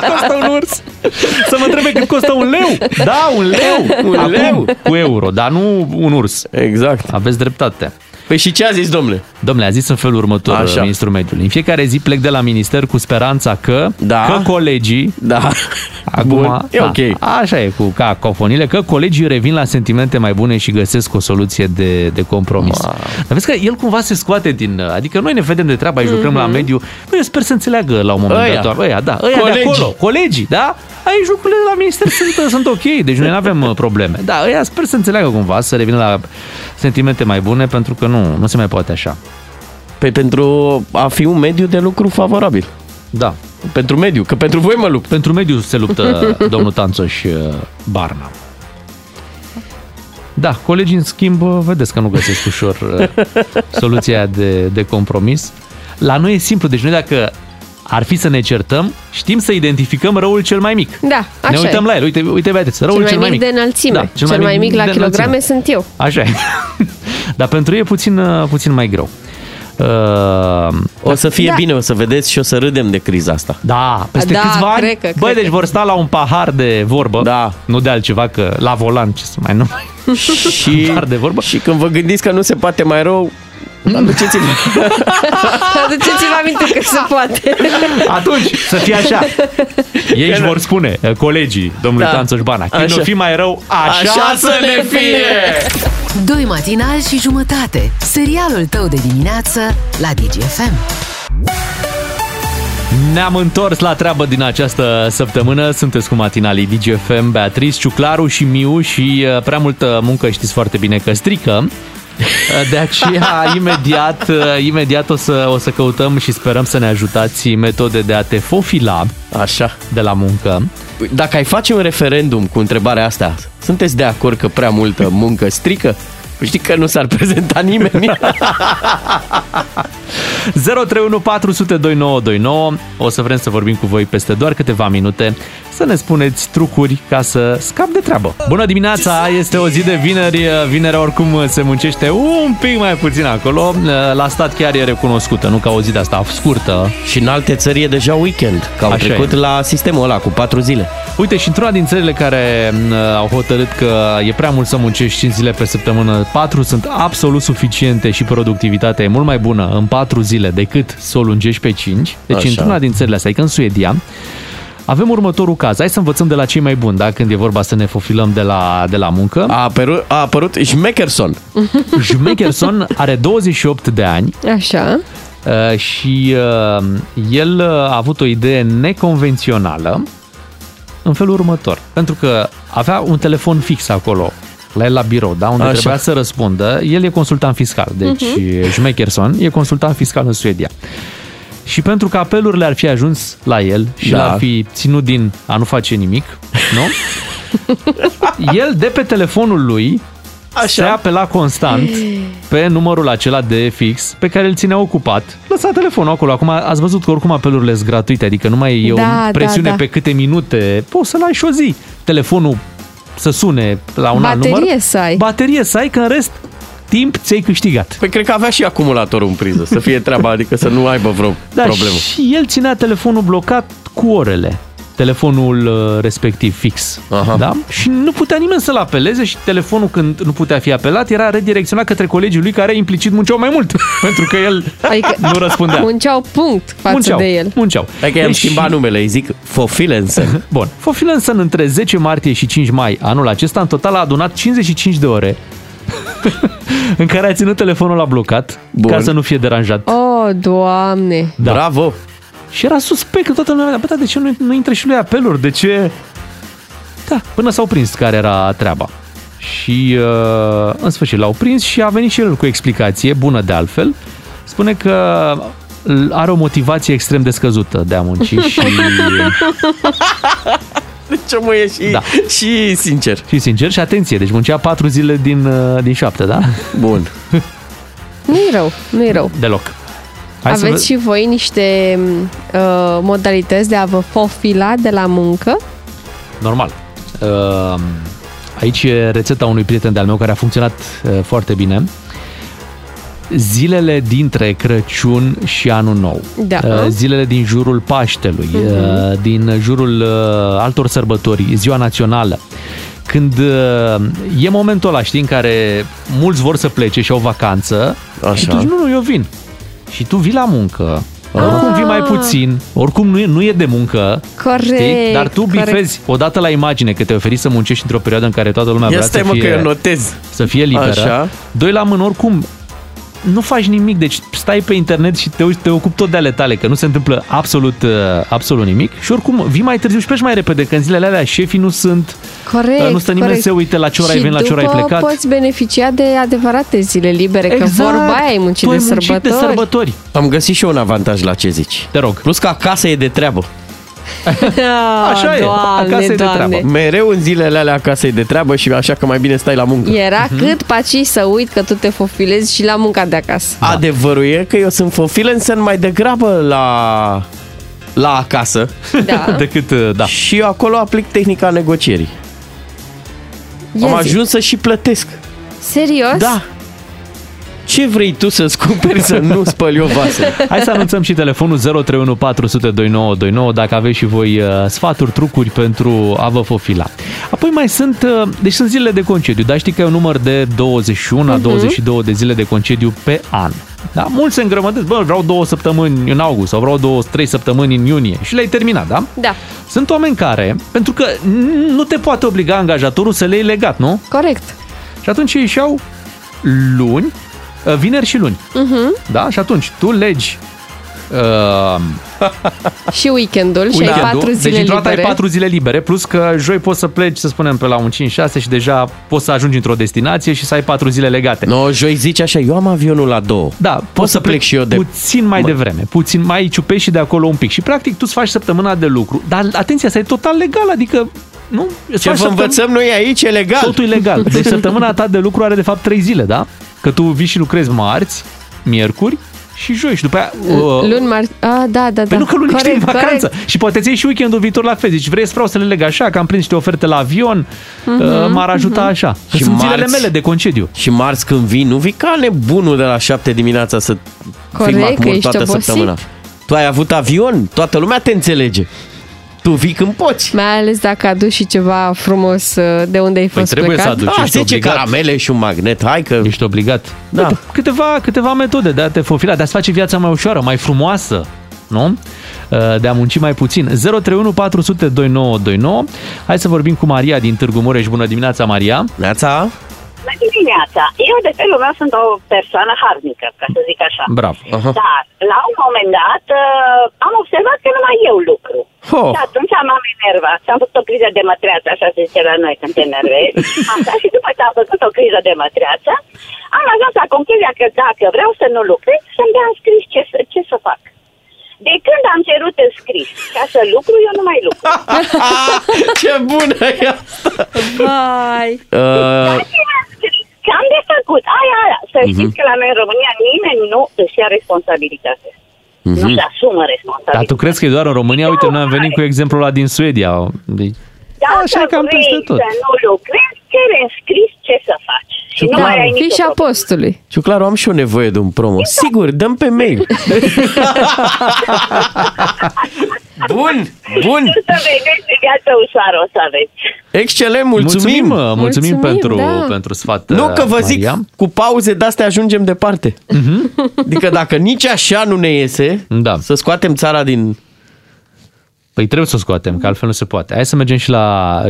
Cât costă un urs? Să mă întrebe cât costă un leu. Da, un leu. Un Un Acum, leu. leu. Cu euro, dar nu un urs. Exact. Aveți dreptate. Păi și ce a zis, domnule? Domnule, a zis în felul următor, Așa. Așa. ministrul mediului. În fiecare zi plec de la minister cu speranța că, da. că colegii... Da. Acum, Bun. E da, ok. Așa e cu cacofonile, că colegii revin la sentimente mai bune și găsesc o soluție de, de compromis. Wow. Dar vezi că el cumva se scoate din... Adică noi ne vedem de treabă aici, mm-hmm. lucrăm la mediu. Băi, eu sper să înțeleagă la un moment Ăia. dat. Ăia, da. Ăia Colegii. de acolo. Colegii, da? Aici lucrurile la minister sunt, sunt ok, deci noi nu avem uh, probleme. Da, ăia sper să înțeleagă cumva, să revină la sentimente mai bune, pentru că nu, nu se mai poate așa. Păi pentru a fi un mediu de lucru favorabil. Da. Pentru mediu, că pentru voi mă lupt. Pentru mediu se luptă domnul Tanțoș uh, Barna. Da, colegii, în schimb, uh, vedeți că nu găsesc ușor uh, soluția aia de, de compromis. La noi e simplu, deci noi dacă ar fi să ne certăm, știm să identificăm răul cel mai mic. Da, așa ne uităm e. la el, uite, uite vedeți, răul cel mai mic, de înălțime. Da, cel, mai mic, la de kilograme înălțime. sunt eu. Așa e. Dar pentru ei e puțin, uh, puțin mai greu. Uh, O să fie Da. da. bine, o să vedeți și o să râdem de criza asta. Da, peste Da, câțiva ani, cred că, cred băi, că. deci vor sta la un pahar de vorbă, da. nu de altceva, că la volan, ce să mai nu mai... Și, de vorbă. și când vă gândiți că nu se poate mai rău, Mm. aduceți-vă. Aduceți-vă aminte că se poate. Atunci, să fie așa. Ei își vor spune, uh, colegii domnului da. Da. Tanțoș Bana, când Așa. o fi mai rău, așa, Așa să ne fie! Doi matinali și jumătate. Serialul tău de dimineață la DGFM. Ne-am întors la treabă din această săptămână. Sunteți cu matinalii DGFM, Beatrice, Ciuclaru și Miu și uh, prea multă muncă știți foarte bine că strică. Uh, De aceea, imediat, uh, imediat o, să, o să căutăm și sperăm să ne ajutați metode de a te fofila Așa. de la muncă. Dacă ai face un referendum cu întrebarea asta, sunteți de acord că prea multă muncă strică? Păi Știi că nu s-ar prezenta nimeni. 031 400 2929. O să vrem să vorbim cu voi peste doar câteva minute să ne spuneți trucuri ca să scap de treabă. Bună dimineața! Este o zi de vineri. Vinerea oricum se muncește un pic mai puțin acolo. La stat chiar e recunoscută, nu ca o zi de asta scurtă. Și în alte țări e deja weekend, că au Așa trecut e. la sistemul ăla cu patru zile. Uite, și într-una din țările care m, au hotărât că e prea mult să muncești 5 zile pe săptămână, 4 sunt absolut suficiente și productivitatea e mult mai bună în 4 zile decât să o lungești pe 5. Deci, Așa. într-una din țările astea, adică în Suedia, avem următorul caz. Hai să învățăm de la cei mai buni, da? Când e vorba să ne fofilăm de la, de la muncă. A apărut, a apărut Schmeckerson. Schmeckerson are 28 de ani Așa. Uh, și uh, el uh, a avut o idee neconvențională în felul următor. Pentru că avea un telefon fix acolo, la el la birou, da? unde Așa. Mhm. trebuia să răspundă. El e consultant fiscal, deci uh-huh. Schmeckerson e consultant fiscal în Suedia. Și pentru că apelurile ar fi ajuns la el și Da. da. l-ar fi ținut din a nu face nimic, nu? el de pe telefonul lui Așa. se apela constant pe numărul acela de fix pe care îl ținea ocupat. Lăsa telefonul acolo. Acum ați văzut că oricum apelurile sunt gratuite, adică nu mai e Da, o da, presiune da. pe câte minute. Poți să-l ai și o zi. Telefonul să sune la un alt Baterie număr. să ai. Baterie să ai, că în rest timp ți-ai câștigat. Păi cred că avea și acumulatorul în priză, să fie treaba, adică să nu aibă vreo Da, problemă. și el ținea telefonul blocat cu orele. Telefonul uh, respectiv fix. Aha. Da? Și nu putea nimeni să-l apeleze și telefonul când nu putea fi apelat era redirecționat către colegii lui care implicit munceau mai mult. pentru că el Adică nu răspundea. Munceau punct față Munceau, de el. munceau. Dacă i-am Deci- schimbat numele, îi zic Fofilensen. Bun. Fofilensen între 10 martie și 5 mai anul acesta în total a adunat 55 de ore în care a ținut telefonul la blocat Bun. ca să nu fie deranjat Oh, doamne. Da. Bravo! Și era suspect că toată lumea vedea, bă, dar de ce nu, nu intră și lui apeluri? De ce? Da, până s-au prins care era treaba. Și uh, în sfârșit l-au prins și a venit și el cu explicație, bună de altfel. Spune că l- are o motivație extrem de scăzută de a munci și... Deci omul e și, da. și sincer. Și sincer și atenție, deci muncea patru zile din, uh, din șapte, da? Bun. Nu-i rău, nu-i rău. Deloc. Hai să Aveți vă- și voi niște m, uh, modalități de a vă fofila de la muncă? Normal. Uh, Aici e rețeta unui prieten de-al meu care a funcționat uh, foarte bine. Zilele dintre Crăciun și Anul Nou, Da. Uh, zilele din jurul Paștelui, uh, Mhm. din jurul uh, altor sărbători, Ziua Națională, când uh, e momentul ăla, știi, în care mulți vor să plece și au vacanță, Așa. și tu zici, Deci nu, nu, eu vin. Și tu vii la muncă, oricum vii Ah. mai puțin, oricum nu e, nu e de muncă, Corect, știi? dar tu corect. bifezi odată la imagine că te oferi să muncești într-o perioadă în care toată lumea Ia vrea stai să mă fie, că eu notez. să fie liberă. Așa. Doi la mână, oricum, nu faci nimic, deci stai pe internet și te, uiți- te ocupi tot de ale tale, că nu se întâmplă absolut, uh, absolut nimic și oricum vii mai târziu și pleci mai repede, că în zilele alea șefii nu sunt, Corect, uh, nu stă nimeni corect. să uite la ce oră și ai venit, la ce oră ai după plecat. Exact. poți beneficia de adevărate zile libere, că vorba aia ai muncit, Tu de, ai Păi, muncit de sărbători. sărbători. Am găsit și eu un avantaj la ce zici. Te rog. Plus că acasă e de treabă. Așa Ah, doamne, doamne. Mereu în zilele alea acasă e de treabă și așa că mai bine stai la muncă. Era Mhm. cât paci să uit că tu te fofilezi și la munca de acasă. Da. Adevărul e că eu sunt freelancer mai degrabă la, la acasă uh, Da. decât, da. Și eu acolo aplic tehnica negocierii. Ia Am zi. ajuns să și plătesc. Serios? Da. Ce vrei tu să-ți cumperi să nu spăl eu vasele? Hai să anunțăm și telefonul 031 400 2929 dacă aveți și voi uh, sfaturi, trucuri pentru a vă fofila. Apoi mai sunt, uh, deci sunt zilele de concediu, dar știi că e un număr de 21 uh-huh. 22 de zile de concediu pe an. Da? Mulți se îngrămădesc, bă, vreau două săptămâni în august sau vreau două, trei săptămâni în iunie și le-ai terminat, da? Da. Sunt oameni care, pentru că n- nu te poate obliga angajatorul să le iei legat, nu? Corect. Și atunci ei își iau luni, uh, vineri și luni. Uh-huh. Da? Și atunci tu legi uh, Și weekendul și ai patru deci zile într-o dată libere. ai patru zile libere, plus că joi poți să pleci, să spunem, pe la un 5-6 și deja poți să ajungi într-o destinație și să ai patru zile legate. No, joi zici așa, eu am avionul la două. Da, poți, să plec și eu de- Puțin mai mă- devreme, puțin mai ciupești și de acolo un pic. Și practic tu îți faci săptămâna de lucru, dar atenție, asta e total legal, adică nu? Îți Ce faci vă învățăm noi aici e legal. Totul e legal. Deci săptămâna ta de lucru are de fapt 3 zile, da? Că tu vii și lucrezi marți, miercuri și joi și după aia... uh, Luni, mar... Ah, da, da, da. Pentru că luni corect, ești în vacanță corect. și poate ți iei și weekendul viitor la fel. Deci vrei, vreau să le leg așa, că am prins niște oferte la avion, Mhm, uh, m-ar ajuta mhm. așa. Că sunt zilele mele de concediu. Și marți când vii, nu vii ca nebunul de la 7 dimineața să Corect, fii că acum ești toată obosit. săptămâna. Tu ai avut avion, toată lumea te înțelege. Tu vii când poți. Mai ales dacă aduci și ceva frumos uh, de unde ai Păi fost plecat. Ah, Da, 10 caramele și un magnet, hai că... Ești obligat. Da. Uite, Câteva, câteva metode de a te fofila, de a-ți face viața mai ușoară, mai frumoasă, nu? Uh, De a munci mai puțin. 031 400 2929. Hai să vorbim cu Maria din Târgu Mureș. Bună dimineața, Maria! Neața! Bună dimineața! Eu, de felul meu, sunt o persoană harnică, ca să zic așa. Bravo! Aha. Dar, la un moment dat, uh, am observat că numai eu lucru. Oh. Și atunci m-am enervat. Și am făcut o criză de mătreață, așa se zice la noi când te enervezi. Asta și după ce am făcut o criză de mătreață, am ajuns la concluzia că dacă vreau să nu lucrez, să-mi dea în scris ce, să, ce să fac. De când am cerut în scris ca să lucru, eu nu mai lucru. Ce bună e asta! Vai! Uh, Ce am de făcut? Aia, aia. Să știți Mhm. că la noi în România nimeni nu își ia responsabilitate. Nu Mhm. se asumă responsabilitatea. Dar tu crezi că e doar în România? Uite, noi am venit cu exemplul ăla din Suedia. Deci, Dacă Așa cam vrei peste tot. să nu lucrezi, cere în scris ce să faci. Și Da, nu Ciuclaru. mai ai Fii nicio și problemă. Postului. Exact. Ciuclaru, am și eu nevoie de un promo. Sigur, dăm pe mail. Bun, bun. Să vedeți de viață ușoară o să aveți. Excelent, mulțumim! Mulțumim, mulțumim uh, Mulțumim, pentru- da. pentru sfat, uh, Nu, că vă zic, Maria. cu pauze de-astea ajungem departe. Mhm. Adică dacă nici așa nu ne iese, da. să scoatem țara din... Păi trebuie să o scoatem, că altfel nu se poate. Hai să mergem și la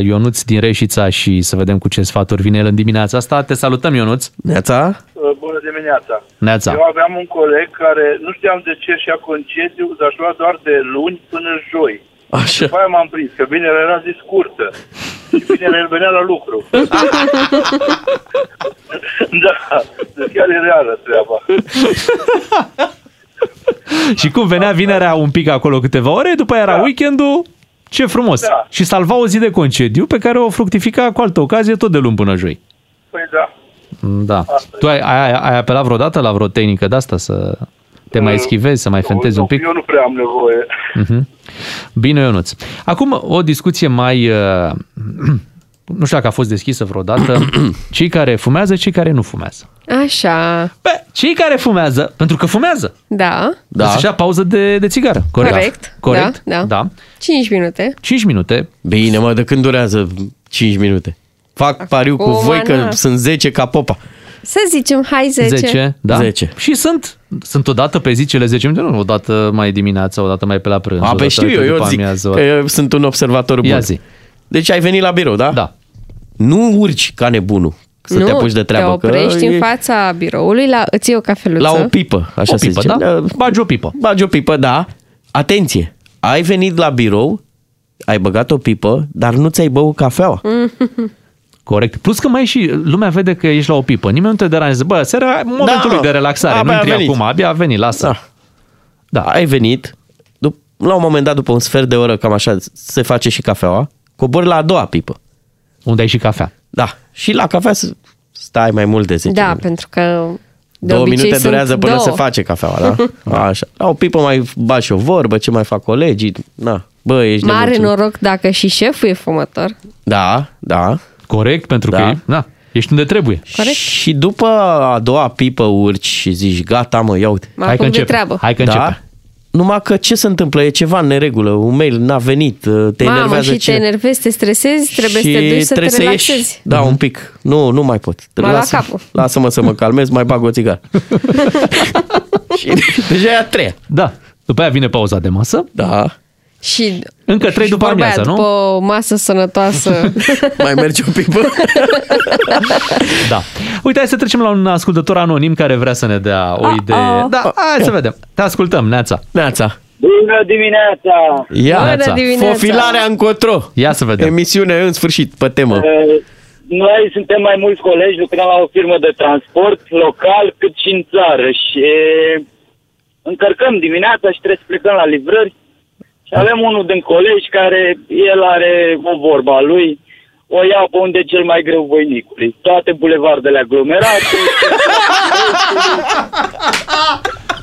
Ionuț din Reșița și să vedem cu ce sfaturi vine el în dimineața asta. Te salutăm, Ionuț! Neața! Uh, Bună dimineața! Neața. Eu aveam un coleg care nu știam de ce și-a concediu, dar și lua doar de luni până joi. Așa. După aia m-am prins, că vineri era zi scurtă. Și vineri el venea la lucru. da, deci chiar e reală treaba. Și cum venea vinerea un pic acolo câteva ore, după aia era weekendul, ce frumos! Da. Și salva o zi de concediu pe care o fructifica cu altă ocazie tot de luni până joi. Păi da. Da. Tu ai, ai, ai apelat vreodată la vreo tehnică de asta să Te mai schivezi, să mai fentezi un pic. Eu Mm. nu prea am nevoie. Mhm. Bine, Ionuț. Acum o discuție mai... uh, Nu știu dacă a fost deschisă vreodată. Cei care fumează, cei care nu fumează. Așa, Bă, cei care fumează, pentru că fumează. da. Da. Așa, pauză de, de țigară. Corect. Corect, Corect. da, da. da. 5 minute. 5 minute. Bine, mă, de când durează 5 minute? Fac pariu cu Acum, voi că na. sunt 10 ca popa. Să zicem, hai 10. 10, da. 10. Și sunt, sunt odată pe zi cele 10 minute, nu, odată mai dimineața, odată mai pe la prânz. A, odată pe știu eu, uite, eu după zic amiază. că eu sunt un observator bun. Ia zi. Deci ai venit la birou, da? Da. Nu urci ca nebunul să nu, te apuci de treabă. te oprești că în e fața biroului, la, îți iei o cafeluță. La o pipă, așa O se pipă, zice. da? Bagi o pipă. Bagi o pipă, da. Atenție, ai venit la birou, ai băgat o pipă, dar nu ți-ai băut cafeaua. Corect. Plus că mai e și lumea vede că ești la o pipă. Nimeni nu te deranjează. Bă, seara, momentul Da. da. de relaxare. Abia nu a intri venit. acum, abia a venit, lasă. Da. Da. Ai venit, dup- la un moment dat, după un sfert de oră, cam așa, se face și cafeaua, cobori la a doua pipă. Unde ai și cafea. Da. Și la cafea s- stai mai mult de 10 Da, pentru că de două obicei minute sunt durează până două. se face cafeaua, da? Așa. La o pipă mai bagi și o vorbă, ce mai fac colegii, na. Bă, ești Mare nemulțumit. noroc dacă și șeful e fumător. Da, da. Corect, pentru da. că da, ești unde trebuie. Corect. Și după a doua pipă urci și zici, gata mă, ia uite. Mă Hai că apuc de începe. treabă. Hai că da? începe. Numai că ce se întâmplă? E ceva în neregulă, un mail n-a venit, te Mamă, enervează și ce... te enervezi, te stresezi, trebuie și să te duci să te trebuie relaxezi. ieși. Da, un pic. Nu, nu mai pot. M-a luat Lasă- capul. Lasă-mă să mă calmez, mai bag o țigară. și deja e a treia. Da. După aia vine pauza de masă. Da. Și Încă trei după vorba aia, amiază, nu? după o masă sănătoasă. Mai merge un pic. Bă. Da. Uite, hai să trecem la un ascultător anonim care vrea să ne dea o idee. Da, hai să vedem. Te ascultăm, Neața. Neața. Bună dimineața! Ia, Bună dimineața. Fofilarea încotro. Ia să vedem. Emisiune în sfârșit, pe temă. Eh, Noi suntem mai mulți colegi, lucrăm la o firmă de transport local cât și în țară și eh, încărcăm dimineața și trebuie să plecăm la livrări și avem unul din colegi care el are o vorba a lui, o iau pe unde e cel mai greu voinicului. Toate bulevardele aglomerate,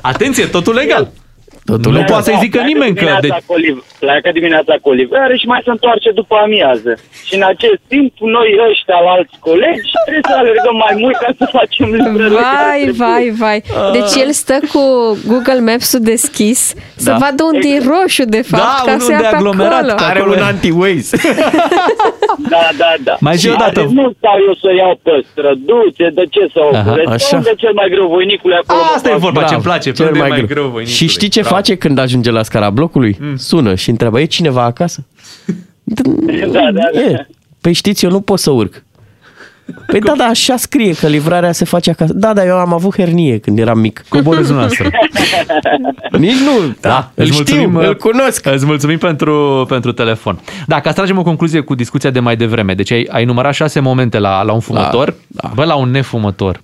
Atenție, totul legal. Totul nu legal. poate să-i zică Pleacă nimeni că... dimineața De... cu oliv- Pleacă dimineața cu olivere și mai se întoarce după amiază. Și în acest timp, noi ăștia la alți colegi trebuie să alergăm mai mult ca să facem lucrurile. Vai, vai, vai. Deci el stă cu Google Maps-ul deschis să Da. vadă unde e roșu, de fapt, Da, ca unde să ia e pe aglomerat, acolo. ca- Are Acolo un e. anti-Waze. Da, da, da. Mai zi o dată. Are- Nu stau eu să iau pe străduțe, de ce să Aha, opure? așa. Unde cel mai greu voinicule acolo? mă Asta e fac. vorba Bravo, ce îmi place. cel Cel mai, greu. Și știi ce face când ajunge la scara blocului? Mm. Sună și întreabă, e cineva acasă? Da, da, da. E. Păi știți, eu nu pot să urc. Păi da, da, așa scrie că livrarea se face acasă. Da, da, eu am avut hernie când eram mic. Coborâți dumneavoastră. Nici nu. Da, îl îți știu, mulțumim, îl cunosc. Îți mulțumim pentru, pentru telefon. Da, ca să tragem o concluzie cu discuția de mai devreme. Deci ai, ai numărat șase momente la, la un fumător, da, da. bă, la un nefumător.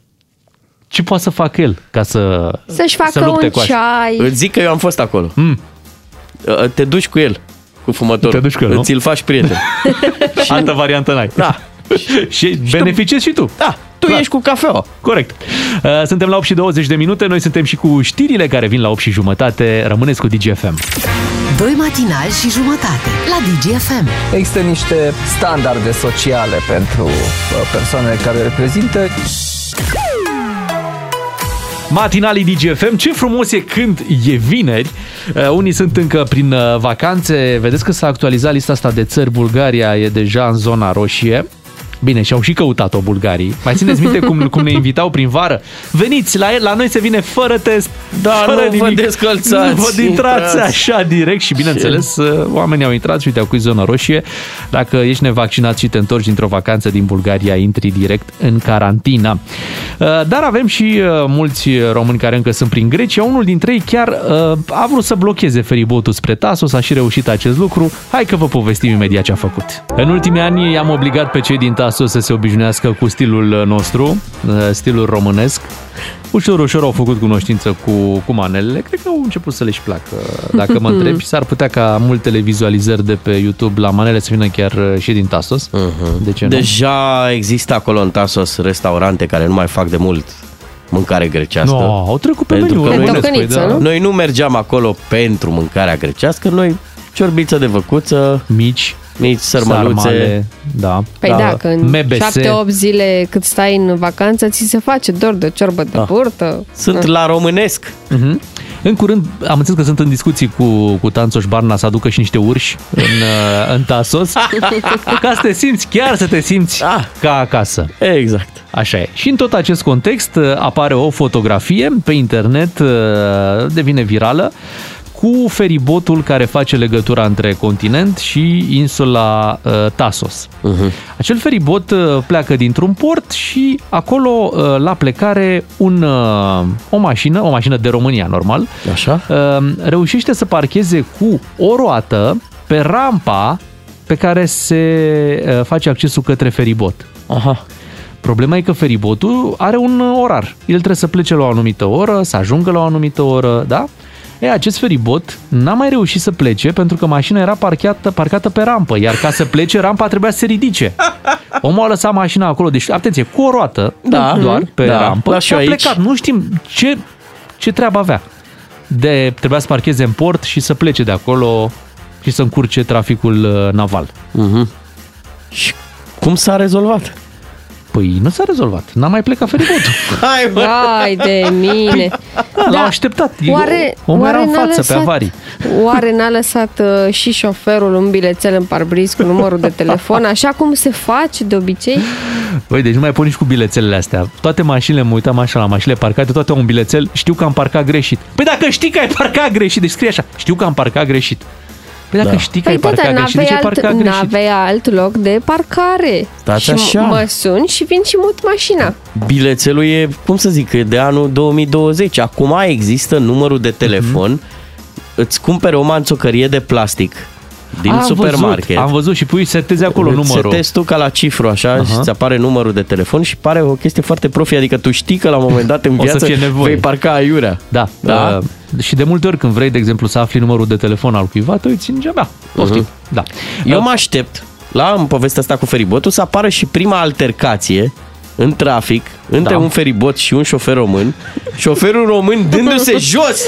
Ce poate să facă el ca să Să-și să facă lupte un cu așa? ceai. Îți zic că eu am fost acolo. Mm. Uh, Te duci cu el, cu fumătorul. Te duci cu el, nu? Ți-l faci prieten. Altă variantă n-ai. Da, Și beneficiezi și tu. da, tu Clar. ești cu cafeaua. Corect. Uh, Suntem la 8 și 20 de minute, noi suntem și cu știrile care vin la 8 și jumătate. Rămâneți cu DGFM. Doi matinali și jumătate la DGFM. Există niște standarde sociale pentru uh, persoanele care reprezintă. Matinalii DGFM, ce frumos e când e vineri. Uh, Unii sunt încă prin uh, vacanțe. Vedeți că s-a actualizat lista asta de țări. Bulgaria e deja în zona roșie. Bine, și-au și căutat-o bulgarii. Mai țineți minte cum, cum ne invitau prin vară? Veniți, la, la noi se vine fără test, Da, fără nu vă nimic. descălțați, Da. Nu vă intrați intrați. așa direct și, bineînțeles, uh, oamenii au intrat și uite, acum e zona roșie. Dacă ești nevaccinat și te întorci dintr-o vacanță din Bulgaria, intri direct în carantină. Uh, Dar avem și uh, mulți români care încă sunt prin Grecia. Unul dintre ei chiar uh, a vrut să blocheze feribotul spre Tasos, a și reușit acest lucru. Hai că vă povestim imediat ce a făcut. În ultimii ani i-am obligat pe cei din Tasos să se obișnuiască cu stilul nostru, uh, stilul românesc. Ușor, ușor au făcut cunoștință cu, cu manelele. Cred că au început să le și placă. Dacă mă întrebi, s-ar putea ca multele vizualizări de pe YouTube la manele să vină chiar uh, și din Tastos. Deci, Uh-huh. De ce nu? Deja există acolo în Tasos restaurante care nu mai fac de mult mâncare grecească. No, au trecut pe Pentru meniu, că rămânesc, noi, păi da. noi nu mergeam acolo pentru mâncarea grecească, noi ciorbiță de văcuță, mici, mici sărmăluțe. sarmale, da. Păi da, că în 7-8 zile cât stai în vacanță, ți se face dor de ciorbă Da. de burtă. Sunt la românesc. Mhm. În curând, am înțeles că sunt în discuții cu, cu Tanțoș Barna să aducă și niște urși în, uh, în Tasos, ca să te simți, chiar să te simți ah. ca acasă. Da. Exact. Așa e. Și în tot acest context uh, apare o fotografie pe internet, uh, devine virală, cu feribotul care face legătura între continent și insula uh, Tasos. Mhm. Uh-huh. Acel feribot uh, pleacă dintr-un port și acolo, uh, la plecare, un, uh, o mașină, o mașină de România, normal, Așa. uh, reușește să parcheze cu o roată pe rampa pe care se uh, face accesul către feribot. Aha. Problema e că feribotul are un uh, orar. El trebuie să plece la o anumită oră, să ajungă la o anumită oră, da? E, acest feribot n-a mai reușit să plece pentru că mașina era parcată, parcată pe rampă, iar ca să plece, rampa trebuia să se ridice. Omul a lăsat mașina acolo, deci, atenție, cu o roată, Da. doar pe Da. rampă, Da, și și a aici. plecat. Nu știm ce, ce treabă avea. De, trebuia să parcheze în port și să plece de acolo și să încurce traficul uh, naval. Uh-huh. Și cum s-a rezolvat? Păi nu s-a rezolvat. N-a mai plecat feribotul. Hai, Ah. Vai de mine! Da, l-au așteptat. Oare, Omul oare era în n-a față, lăsat, pe avarii. Oare n-a lăsat uh, și șoferul un bilețel în parbriz cu numărul de telefon, așa cum se face de obicei? Băi, deci nu mai pun nici cu bilețelele astea. Toate mașinile, mă uitam așa la mașinile parcate, toate au un bilețel, știu că am parcat greșit. Păi dacă știi că ai parcat greșit, deci scrie așa, știu că am parcat greșit. Păi dacă Da. știi că ai parcat dar greșit, deci ai parcat alt, greșit. n-aveai alt loc de parcare. Stați și așa. mă sun și vin și mut mașina. Bilețelul e, cum să zic, e de anul 2020. Acum există numărul de Mhm. telefon. Îți cumperi o manțocărie de plastic din Am supermarket. Văzut, am văzut și pui setezi acolo Îți numărul. setezi tu ca la cifru așa uh-huh. și îți apare numărul de telefon și pare o chestie foarte profi, adică tu știi că la un moment dat în O să viață fie nevoie. vei parca aiurea. Da. Da? da. Uh, și de multe ori când vrei, de exemplu, să afli numărul de telefon al cuiva, tu îi ții în Poftim. Uh-huh. Da. Mhm. Eu mă aștept la în povestea asta cu feribotul să apară și prima altercație în trafic, între Da. un feribot și un șofer român, șoferul român dându-se jos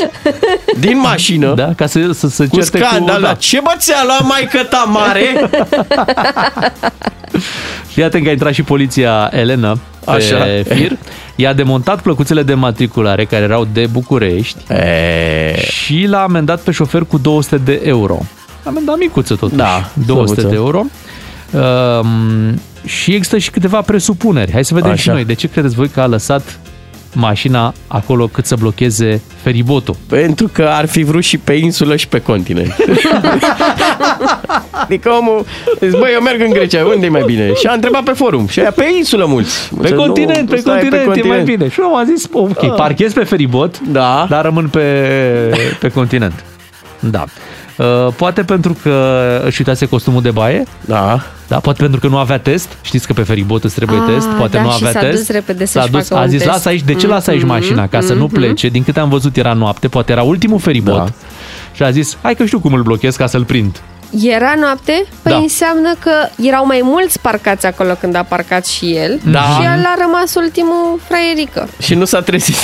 din mașină, da, ca să, să, să cu certe cu- scandal, da. da. ce bă ți-a luat maică ta mare? Fii atent că a intrat și poliția Elena pe Așa. fir. I-a demontat plăcuțele de matriculare care erau de București e... și l-a amendat pe șofer cu 200 de euro. Amenda micuță totuși. Da, 200 de slăbuță. euro. Um, și există și câteva presupuneri. Hai să vedem Așa. și Așa. noi. De ce credeți voi că a lăsat mașina acolo cât să blocheze feribotul? Pentru că ar fi vrut și pe insulă și pe continent. adică omul zice, băi, eu merg în Grecia, unde e mai bine? Și a întrebat pe forum. Și aia pe insulă mulți. Pe Zice, nu, continent, tu pe stai continent, e mai bine. Și eu am zis, ok, Da. parchez pe feribot, da. dar rămân pe, pe continent. Da. Uh, Poate pentru că își uitase costumul de baie. Da. Da, poate pentru că nu avea test. Știți că pe feribot îți trebuie Ah, test, poate da, nu și avea s-a test. dus repede S-a să-și dus, facă a un zis, test. lasă aici, de ce lasă aici Mhm, mașina? Ca să nu mhm. plece. Din câte am văzut era noapte, poate era ultimul feribot. Da. Și a zis, hai că știu cum îl blochez ca să-l prind. Era noapte? Păi Da. da. înseamnă că erau mai mulți parcați acolo când a parcat și el Da. și el a rămas ultimul fraierică. Și nu s-a trezit.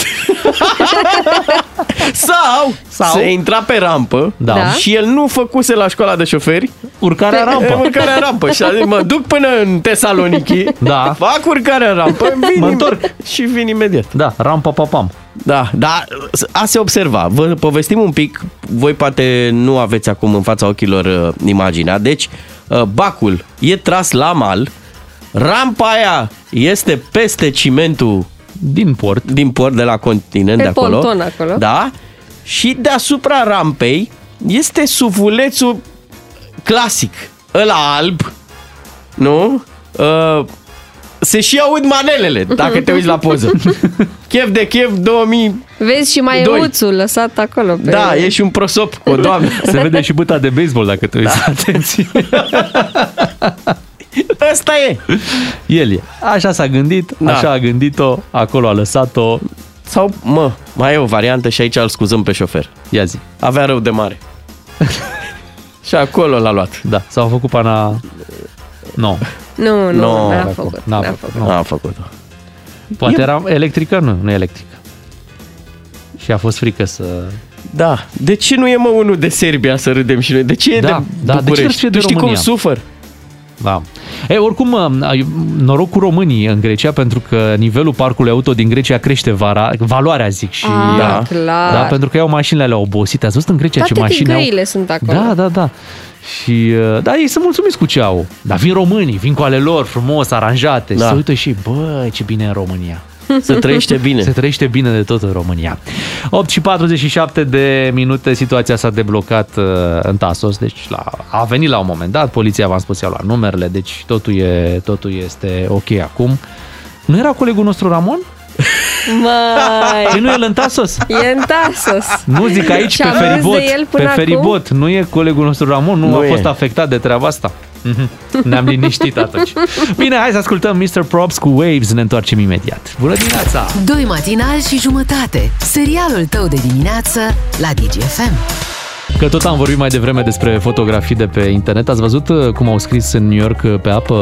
Sau, Sau? se intra pe rampă Da. Da. și el nu făcuse la școala de șoferi Urcarea rampă. Urcarea rampă. Și a zis, mă duc până în Tesaloniki, Da. fac urcarea rampă, vin Mă întorc. și vin imediat. Da, rampa papam. Da, da, a se observa. Vă povestim un pic, voi poate nu aveți acum în fața ochilor uh, imaginea. Deci, uh, bacul e tras la mal, rampa aia este peste cimentul din port, din port de la continent Pe de acolo. ponton acolo. Da. Și deasupra rampei este sufulețul clasic, ăla alb, nu? Uh, se și aud manelele, dacă te uiți la poză. Chef de chef 2000 Vezi și mai Doi. e uțul lăsat acolo. Pe... da, e și un prosop cu o doamnă. Se vede și băta de baseball dacă te uiți. Da. Atenție. Ăsta e. El e. Așa s-a gândit, da. Da. așa a gândit-o, acolo a lăsat-o. Sau, mă, mai e o variantă și aici îl scuzăm pe șofer. Ia zi. Avea rău de mare. și acolo l-a luat. Da, s-au făcut pana... Nu. Nu, nu, Nu, no, n-a n-a făcut. N-a N-a făcut. făcut. nu. A făcut Poate era electrică? Nu, nu e electrică. Și a fost frică să... Da. De ce nu e mă unul de Serbia să râdem și noi? De ce e Da, de da, de ce ar București? fi de tu știi România? cum sufăr? Da. E, oricum, uh, ai- noroc cu românii în Grecia, pentru că nivelul parcului auto din Grecia crește vara, valoarea, zic. Și, Ah, clar. da, pentru că iau mașinile alea obosite. Ați văzut în Grecia Toate ce mașini au? tigăile sunt acolo. Da, da, da. Și, uh, da, ei sunt mulțumiți cu ce au. Dar vin românii, vin cu ale lor frumos, aranjate. Da. Da. Se uită și, ei, bă, ce bine e în România. Se trăiește bine. Se trăiește bine de tot în România. 8 și 47 de minute, situația s-a deblocat uh, în Tasos, deci la, a venit la un moment dat, poliția, v-am spus, i-a luat numerele, deci totul, e, totul este ok acum. Nu era colegul nostru Ramon? Măi. Păi nu, el în Tasos. E în Tasos. Nu zic aici, Și pe am râs feribot. de el Pe până acum? feribot. Nu e colegul nostru Ramon, nu, Nu a e. fost afectat de treaba asta. Mhm. Ne-am liniștit atunci. Bine, hai să ascultăm Mr. Props cu Waves, ne întoarcem imediat. Bună dimineața! Doi matinali și jumătate. Serialul tău de dimineață la DGFM. Că tot am vorbit mai devreme despre fotografii de pe internet. Ați văzut uh, cum au scris în New York uh, pe apă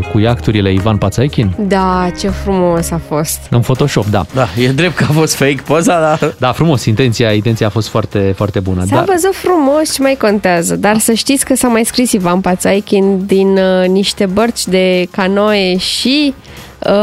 uh, cu iacturile Ivan Pațaichin? Da, ce frumos a fost. În Photoshop, da. Da, e drept că a fost fake poza, da. Da, frumos, intenția, intenția a fost foarte, foarte bună. S-a Da. văzut frumos și mai contează, dar să știți că s-a mai scris Ivan Pațaichin din uh, niște bărci de canoe și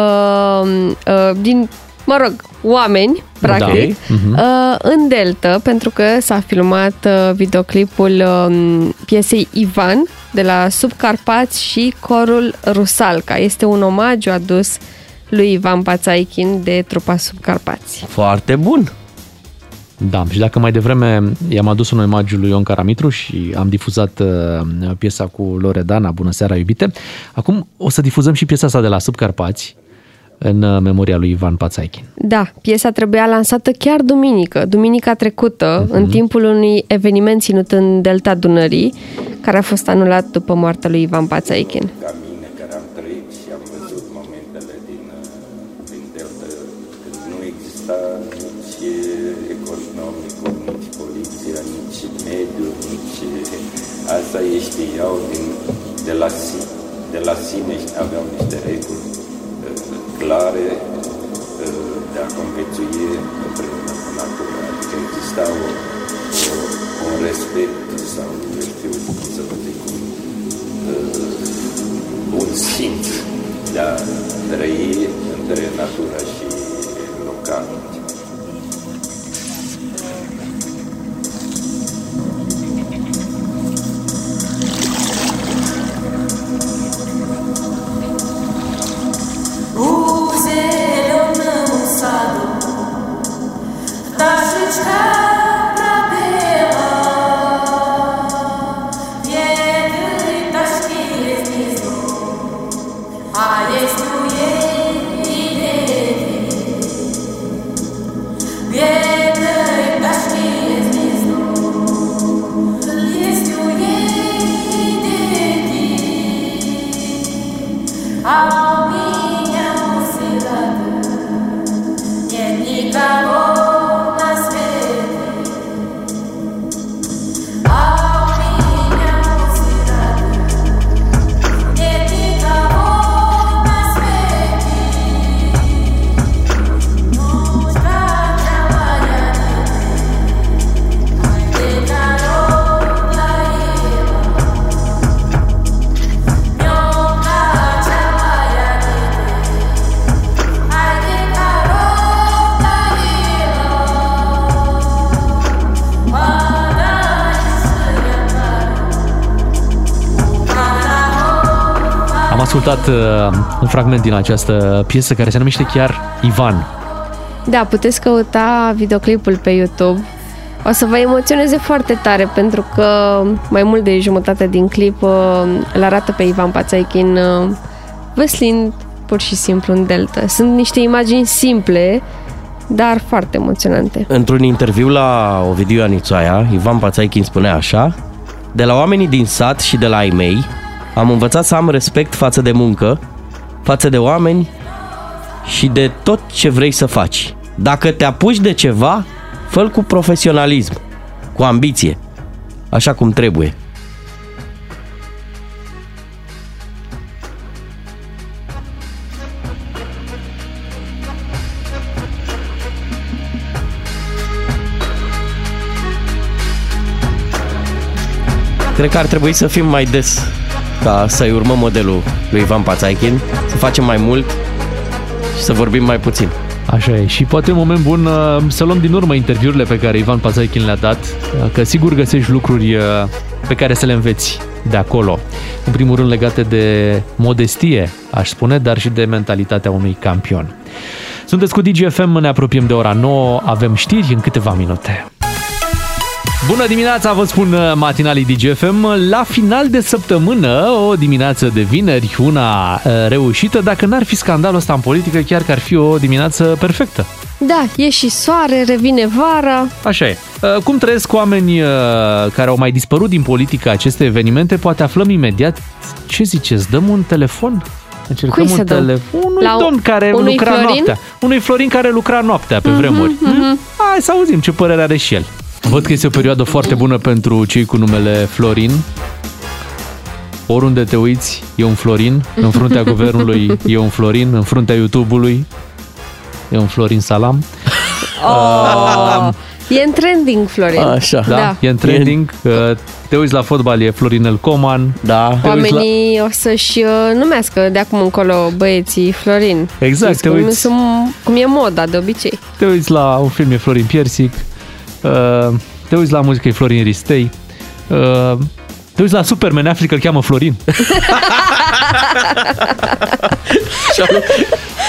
uh, uh, din, mă rog, oameni, practic, Ok. Mhm. uh, în delta, pentru că s-a filmat uh, videoclipul um, piesei Ivan de la Subcarpați și corul Rusalca. Este un omagiu adus lui Ivan Pațaichin de trupa Subcarpați. Foarte bun. Da, și dacă mai devreme i-am adus un omagiu lui Ion Caramitru și am difuzat uh, piesa cu Loredana, Bună seara, iubite, acum o să difuzăm și piesa asta de la Subcarpați în uh, memoria lui Ivan Pațaichin. Da, piesa trebuia lansată chiar duminică, duminica trecută, în timpul unui eveniment ținut în Delta Dunării, care a fost anulat după moartea lui Ivan Pațaichin. ca mine care am trăit și am văzut momentele din, uh, din Delta, când nu exista nici uh, economicul, nici poliția, nici mediu, nici... uh, Asta ei știau din, de, la, si- de la sine și aveau niște reguli uh, clare uh, de a conviețui împreună cu natura. Adică exista o, o, un respect sau eu știu cum să vă zic, un bun simț de a trăi între natura și local. Uzeleu não sado Da șica pra bela E da șchie znizu A ești tu e Vietă-i da șchie znizu Ești tu e A minha mocidade é Nicaragua nas A minha mocidade é Nicaragua nas verdes. Nos dá trabalhar, mas de tarô na ilha. Am ascultat uh, un fragment din această piesă care se numește chiar Ivan. Da, puteți căuta videoclipul pe YouTube. O să vă emoționeze foarte tare pentru că mai mult de jumătate din clip uh, îl arată pe Ivan Pațaichin uh, văslind pur și simplu în delta. Sunt niște imagini simple, dar foarte emoționante. Într-un interviu la Ovidiu Ianițoaia, Ivan Pațaichin spunea așa De la oamenii din sat și de la ai mei, am învățat să am respect față de muncă, față de oameni și de tot ce vrei să faci. Dacă te apuci de ceva, fă cu profesionalism, cu ambiție, așa cum trebuie. Cred că ar trebui să fim mai des ca să-i urmăm modelul lui Ivan Pațaichin, să facem mai mult și să vorbim mai puțin. Așa e. Și poate în moment bun uh, să luăm din urmă interviurile pe care Ivan Pazaichin le-a dat, uh, că sigur găsești lucruri uh, pe care să le înveți de acolo. În primul rând legate de modestie, aș spune, dar și de mentalitatea unui campion. Sunteți cu DGFM, ne apropiem de ora 9, avem știri în câteva minute. Bună dimineața, vă spun uh, matinalii DGFM. La final de săptămână, o dimineață de vineri, una uh, reușită. Dacă n-ar fi scandalul ăsta în politică, chiar că ar fi o dimineață perfectă. Da, e și soare, revine vara. Așa e. Uh, Cum trăiesc oameni uh, care au mai dispărut din politică aceste evenimente, poate aflăm imediat. Ce ziceți? Dăm un telefon? Încercăm Cui să un dăm? telefon? Unui Păi La La un- domn care unui lucra Florin? Mhm, noaptea. Unui Florin care lucra noaptea pe vremuri. Mm-hmm. Hai să auzim ce părere are și el. Văd că este o perioadă foarte bună pentru cei cu numele Florin. Oriunde te uiți, e un Florin. În fruntea guvernului e un Florin. În fruntea YouTube-ului e un Florin Salam. Oh. E în trending, Florin. Da, da. e în trending. Uh, Te uiți la fotbal, e Florinel Coman. Da. Te uiți la... Oamenii o să-și uh, numească de acum încolo băieții Florin. Exact, Știți te cum, uiți. sunt, cum e moda de obicei. Te uiți la un film, e Florin Piersic. Uh, Te uiți la muzică, e Florin Ristei. Uh, Te uiți la Superman, afli că îl cheamă Florin.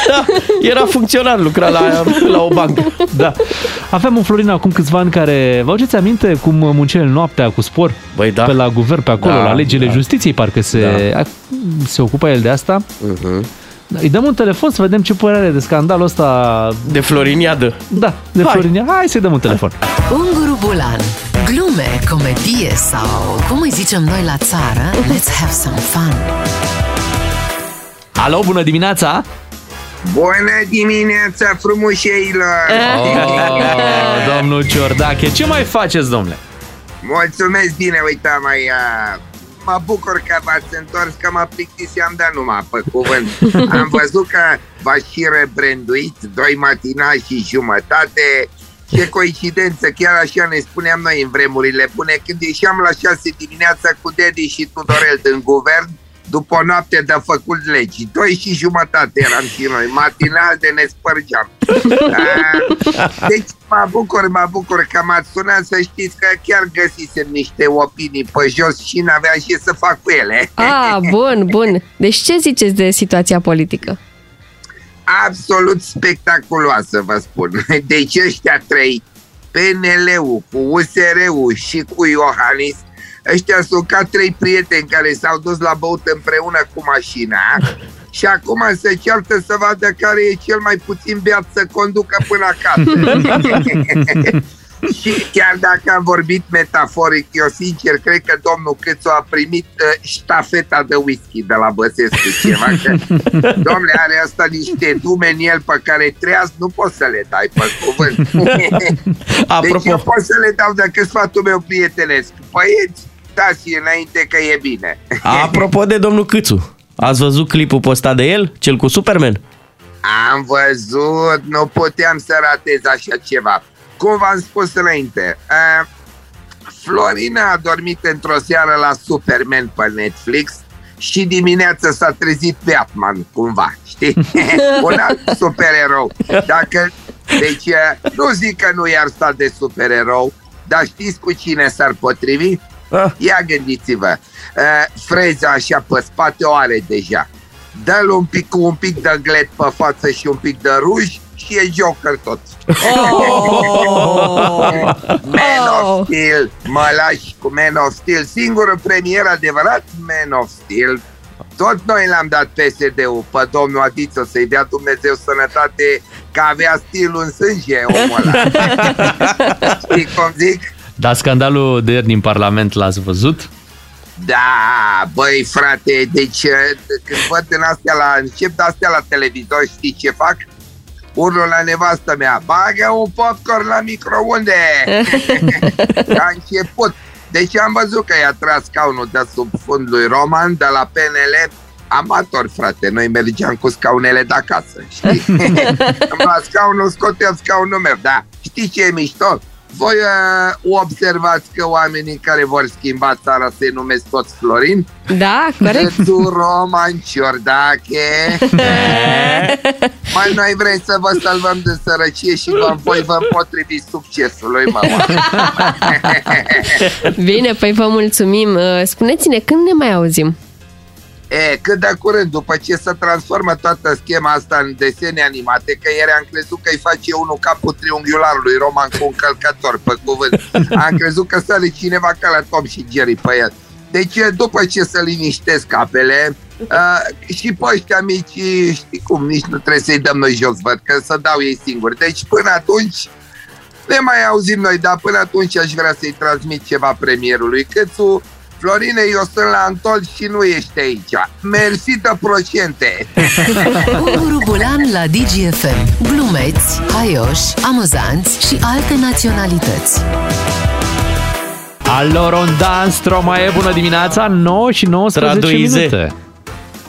Da, era funcționar, lucra la, la o bancă. Da. Aveam un Florin acum câțiva ani care... Vă aduceți aminte cum muncea el noaptea cu spor? Băi, da. Pe la guvern, pe acolo, Da, da, la legile da. da. justiției, parcă se, da. se ocupa el de asta. Uh-huh. Îi dăm un telefon să vedem ce părere are de scandalul ăsta... De Floriniadă. Da, de Hai. Florinia. Hai să-i dăm un telefon. Unguru Bulan Glume, comedie sau cum îi zicem noi la țară Let's have some fun Alo, bună dimineața! Bună dimineața, frumușeilor! Ă, Oh, domnul Ciordache, ce mai faceți, domnule? Mulțumesc bine, uita mai... Uh, mă bucur că v-ați întors, că mă plictiseam, dar nu m-a pe cuvânt. Am văzut că v-ați și rebranduit, doi matina și jumătate. Ce coincidență, chiar așa ne spuneam noi în vremurile bune, când ieșeam la 6 dimineața cu Dedi și Tudorel din guvern, după o noapte de făcut legi. Doi și jumătate eram și noi, matinal de ne spărgeam. Ah, Deci mă bucur, mă bucur că m-ați sunat să știți că chiar găsisem niște opinii pe jos și n-aveam ce să fac cu ele. A, bun, bun. Deci ce ziceți de situația politică? absolut spectaculoasă, vă spun. Deci ăștia trei, PNL-ul cu USR-ul și cu Iohannis, ăștia sunt ca trei prieteni care s-au dus la băut împreună cu mașina și acum se ceartă să vadă care e cel mai puțin beat să conducă până acasă. Și chiar dacă am vorbit metaforic, eu sincer cred că domnul Câțu a primit uh, ștafeta de whisky de la Băsescu ceva. Că, domnule, are asta niște dume în el pe care treaz, nu poți să le dai pe cuvânt. Deci eu pot să le dau dacă sfatul meu prietenesc. Băieți, dați înainte că e bine. Apropo de domnul Câțu, ați văzut clipul postat de el, cel cu Superman? Am văzut, nu puteam să ratez așa ceva. Cum v-am spus înainte, a, Florina a dormit într-o seară la Superman pe Netflix și dimineața s-a trezit Batman, cumva, știi? Un alt supererou. Dacă, deci, a, nu zic că nu i-ar sta de supererou, dar știți cu cine s-ar potrivi? Ia gândiți-vă, a, freza așa pe spate o are deja dă-l un pic cu un pic de glet pe față și un pic de ruj și e Joker tot. Oh! Man of Steel, mă lași cu Man of Steel, singurul premier adevărat Man of Steel. Tot noi l-am dat PSD-ul pe domnul Adiță să-i dea Dumnezeu sănătate că avea stilul în sânge omul ăla. Știi cum zic? Da, scandalul de ieri din Parlament l-ați văzut? Da, băi frate, deci eh, când văd în astea la, încep de astea la televizor, știi ce fac? Urlu la nevastă mea, bagă un popcorn la microunde! a început. Deci am văzut că i-a tras scaunul de sub fund lui Roman, de la PNL, amator, frate, noi mergeam cu scaunele de acasă, știi? Îmi lua scaunul, scoteam scaunul meu, da. Știi ce e mișto? Voi uh, observați că oamenii care vor schimba țara se numesc toți Florin? Da, corect. Tu Roman Ciordache. Mai noi vrem să vă salvăm de sărăcie și vă, voi vă potrivi succesului, mama. Bine, păi vă mulțumim. Uh, Spuneți-ne când ne mai auzim. E, cât de curând, după ce se transformă toată schema asta în desene animate, că ieri am crezut că îi face unul capul triunghiularului Roman cu un călcător, pe cuvânt. Am crezut că sare cineva ca la Tom și Jerry pe el. Deci, e, după ce să liniștesc apele, uh, și pe ăștia mici, știi cum, nici nu trebuie să-i dăm noi jos, văd, că să dau ei singuri. Deci, până atunci, ne mai auzim noi, dar până atunci aș vrea să-i transmit ceva premierului Cățu. Florine, eu sunt la Antol și nu ești aici. Mersi de procente! Unguru Bulan la DGFM. Glumeți, haioși, amuzanți și alte naționalități. Alorondan Stromae, bună dimineața, 9 și 19 Traduize. minute.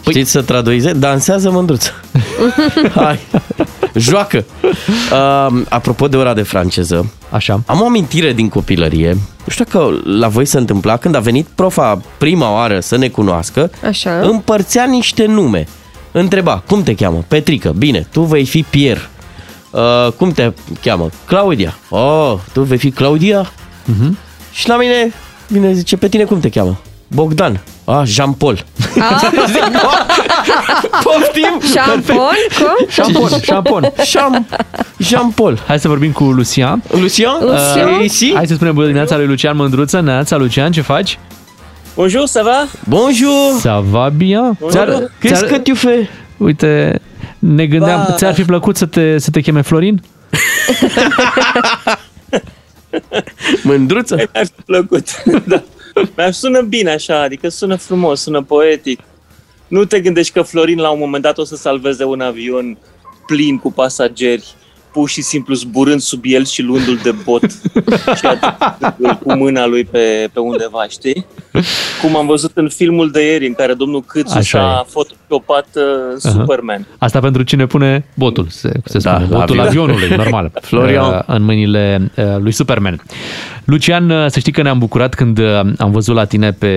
Păi... Știți să traduize? Dansează mândruță. Hai. Joacă. Uh, apropo de ora de franceză. Așa. Am o amintire din copilărie. Nu știu că la voi se întâmpla când a venit profa prima oară să ne cunoască. Așa. Împărțea niște nume. Întreba, cum te cheamă? Petrică. Bine, tu vei fi Pierre. Uh, cum te cheamă? Claudia. Oh, tu vei fi Claudia? Mhm. Uh-huh. Și la mine vine zice, pe tine cum te cheamă? Bogdan. Ah, Jean-Paul. Poftim? Șampon? Da? Cum? Șampon, șampon. Șam, Jean-Paul. Hai să vorbim cu Lucian. Lucian? Uh, Uh, ici? Hai să spunem bună dimineața lui Lucian Mândruță. Neața, Lucian, ce faci? Bonjour, ça va? Bonjour! Ça va bien? Bonjour. Qu'est-ce que tu fais? Uite, ne gândeam, Ba. ți-ar fi plăcut să te, să te cheme Florin? Mândruță? Mi-ar fi plăcut, da. Mi-ar sună bine așa, adică sună frumos, sună poetic. Nu te gândești că Florin la un moment dat o să salveze un avion plin cu pasageri, pur și simplu zburând sub el și luându-l de bot și aducându-l cu mâna lui pe, pe undeva, știi? Cum am văzut în filmul de ieri în care domnul Câțu Așa și-a e. photoshopat uh, Superman. Asta pentru cine pune botul, se, se Da, spune, la botul avion. avionului, normal, Florian. uh, în mâinile uh, lui Superman. Lucian, uh, să știi că ne-am bucurat când uh, am văzut la tine pe,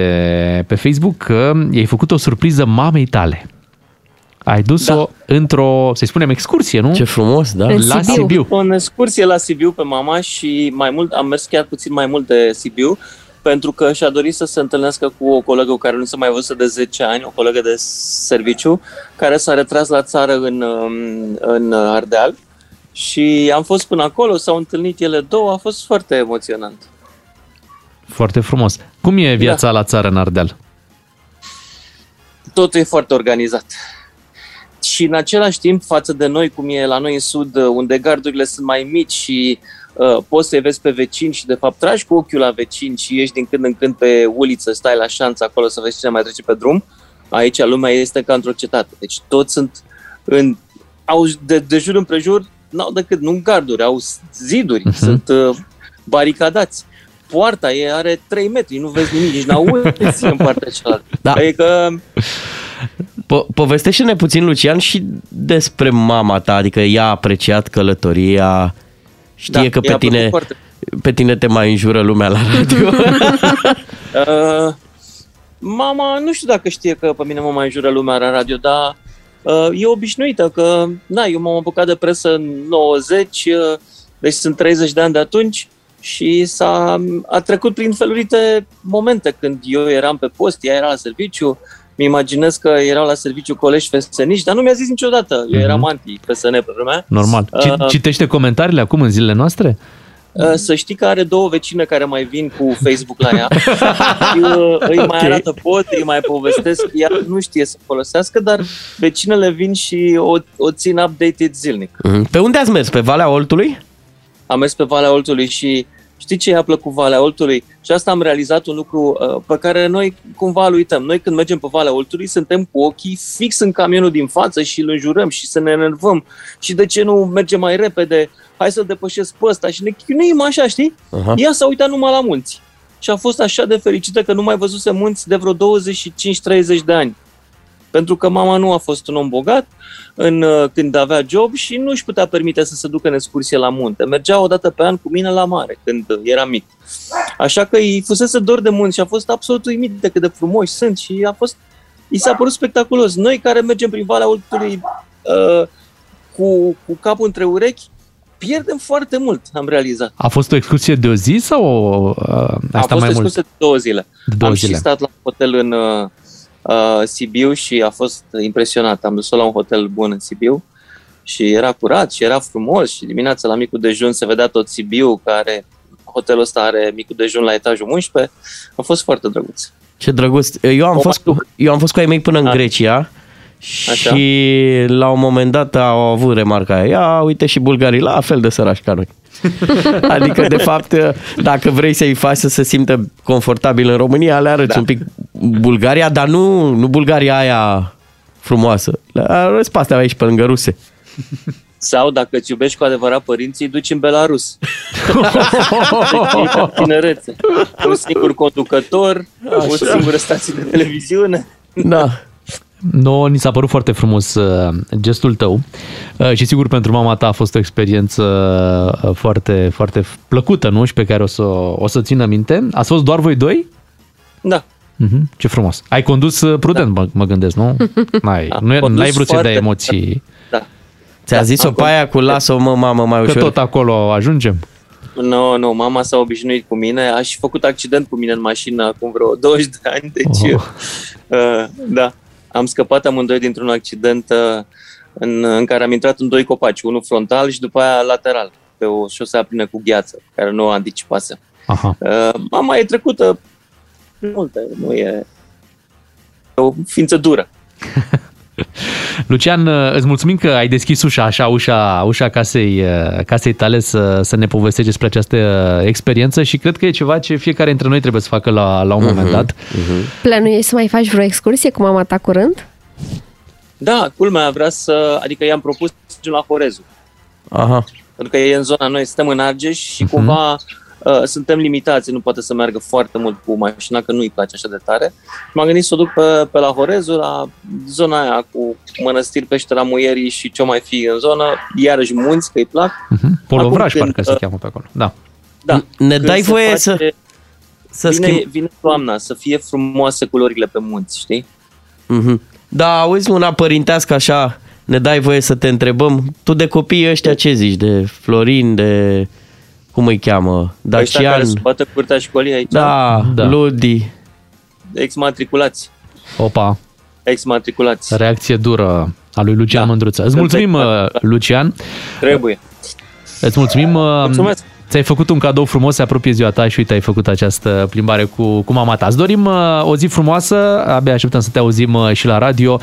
pe Facebook că i-ai făcut o surpriză mamei tale. Ai dus-o Da. într-o, să-i spunem, excursie, nu? Ce frumos, da? În La Sibiu. Sibiu. O excursie la Sibiu pe mama și mai mult am mers chiar puțin mai mult de Sibiu pentru că și-a dorit să se întâlnească cu o colegă cu care nu s-a mai văzut de 10 ani, o colegă de serviciu, care s-a retras la țară în, um, în Ardeal și am fost până acolo, s-au întâlnit ele două, a fost foarte emoționant. Foarte frumos. Cum e Da. viața la țară în Ardeal? totul e foarte organizat. Și în același timp, față de noi, cum e la noi în sud, uh, unde gardurile sunt mai mici și uh, poți să-i vezi pe vecini și, de fapt, tragi cu ochiul la vecini și ieși din când în când pe uliță, stai la șanță acolo să vezi cine mai trece pe drum, aici lumea este ca într-o cetate. Deci toți sunt în, au de, de jur împrejur, n-au decât nu garduri, au ziduri, uh-huh. sunt uh, baricadați. Poarta e, are 3 metri, nu vezi nimic, nici n-auzi în partea cealaltă. Da. Adică Po- povestește-ne puțin, Lucian, și despre mama ta, adică ea a apreciat călătoria, știe da, Da, că pe i-a plăcut tine, foarte. pe tine te mai înjură lumea la radio. Uh, mama, nu știu dacă știe că pe mine mă mai înjură lumea la radio, dar uh, e obișnuită că, na, eu m-am apucat de presă în 90, uh, deci sunt 30 de ani de atunci și s-a a trecut prin felurite momente când eu eram pe post, ea era la serviciu, mi imaginez că erau la serviciu colegi feseniști, dar nu mi-a zis niciodată. Eu eram anti-FSN pe vremea. Mhm. Normal. Ci- Uh, Citește comentariile acum în zilele noastre? Uh, Să știi că are două vecine care mai vin cu Facebook la ea. Eu uh, îi mai Ok. arată pot, îi mai povestesc. Ea nu știe să folosească, dar vecinele vin și o, o țin updated zilnic. Mhm. pe unde ați mers? Pe Valea Oltului? Am mers pe Valea Oltului și știi ce i-a plăcut Valea Oltului? Și asta am realizat un lucru uh, pe care noi cumva îl uităm. Noi când mergem pe Valea Oltului suntem cu ochii fix în camionul din față și îl înjurăm și să ne enervăm. Și de ce nu mergem mai repede? Hai să depășesc pe ăsta și ne chinuim așa, știi? Aha. Ea s-a uitat numai la munți și a fost așa de fericită că nu mai văzuse munți de vreo 25-30 de ani. Pentru că mama nu a fost un om bogat în, uh, când avea job și nu își putea permite să se ducă în excursie la munte. Mergea o dată pe an cu mine la mare când uh, era mic. Așa că îi fusese dor de munte și a fost absolut uimit de cât de frumoși sunt și a fost, i s-a părut spectaculos. Noi care mergem prin Valea Oltului uh, cu, cu capul între urechi, pierdem foarte mult, am realizat. A fost o excursie de o zi sau o, uh, asta a fost mai mult? excursie de două zile. De două am zile. și stat la un hotel în uh, uh, Sibiu și a fost impresionat. Am dus-o la un hotel bun în Sibiu și era curat și era frumos și dimineața la micul dejun se vedea tot Sibiu care hotelul ăsta are micul dejun la etajul 11. A fost foarte drăguț. Ce drăguț. Eu am, fost cu, eu am fost cu ai mei până în Grecia Da. Așa. și la un moment dat au avut remarca aia, ia uite și bulgarii la fel de sărași ca noi. Adică, de fapt, dacă vrei să-i faci să se simtă confortabil în România, le arăți da. un pic Bulgaria, dar nu, nu Bulgaria aia frumoasă. Le arăți pe astea aici pe lângă ruse. Sau dacă îți iubești cu adevărat părinții, duci în Belarus. Deci, Tinerețe. Un singur conducător, Așa. o Așa. singură stație de televiziune. Da. No, ni s-a părut foarte frumos uh, gestul tău uh, și sigur pentru mama ta a fost o experiență uh, foarte, foarte plăcută, nu? Și pe care o să o să țină minte. Ați fost doar voi doi? Da. Mm-hmm. Ce frumos. Ai condus uh, prudent, da. mă, mă gândesc, nu? N-ai, Am nu e- condus n-ai vrut să dai foarte- emoții. Da. Ți-a Da, zis-o am pe aia cu lasă-o mă, mamă, mai Că ușor. tot acolo ajungem. Nu, no, nu, mama s-a obișnuit cu mine, a și făcut accident cu mine în mașină acum vreo 20 de ani, deci Oh. oh. uh, da, am scăpat amândoi dintr-un accident uh, în, în care am intrat în doi copaci, unul frontal și după aia lateral, pe o șosea plină cu gheață, care nu o anticipase. Aha. Uh, mama e trecută prin multe, nu e e o ființă dură. Lucian, uh, îți mulțumim că ai deschis ușa, așa, ușa, ușa casei, uh, casei tale să, să ne povestești despre această uh, experiență și cred că e ceva ce fiecare dintre noi trebuie să facă la, la un moment dat. Mhm. Plănuiești să mai faci vreo excursie cu mama ta curând? Da, culmea vrea să, adică i-am propus să mergem la Horezu. Aha. pentru că e în zona noi, stăm în Argeș și Mhm. cumva uh, suntem limitați, nu poate să meargă foarte mult cu mașina, că nu-i place așa de tare. Și M-am gândit să o duc pe, pe la Horezu, la zona aia cu mănăstiri Peștera Muierii și ce mai fi în zonă, iarăși munți, că-i plac. Polovraș, Acum când, parcă se uh, cheamă pe acolo. Da. Da. Ne Când dai se voie să- să vine, schimb- Vine toamna, să fie frumoase culorile pe munți, știi? Mhm. Da, auzi una părintească așa, ne dai voie să te întrebăm, tu de copiii ăștia ce zici? De Florin, de... cum îi cheamă? Ăștia Dacian? care se bată curtea școlii aici, Da, da, Ludi. exmatriculați, Opa, exmatriculați, reacție dură a lui Lucian da. Mândruță. Îți mulțumim, uh, da. Lucian. trebuie. Îți mulțumim. Mulțumesc. Ți-ai făcut un cadou frumos, se apropie ziua ta și uite, ai făcut această plimbare cu, cu mama ta. Îți dorim uh, o zi frumoasă, abia așteptăm să te auzim uh, și la radio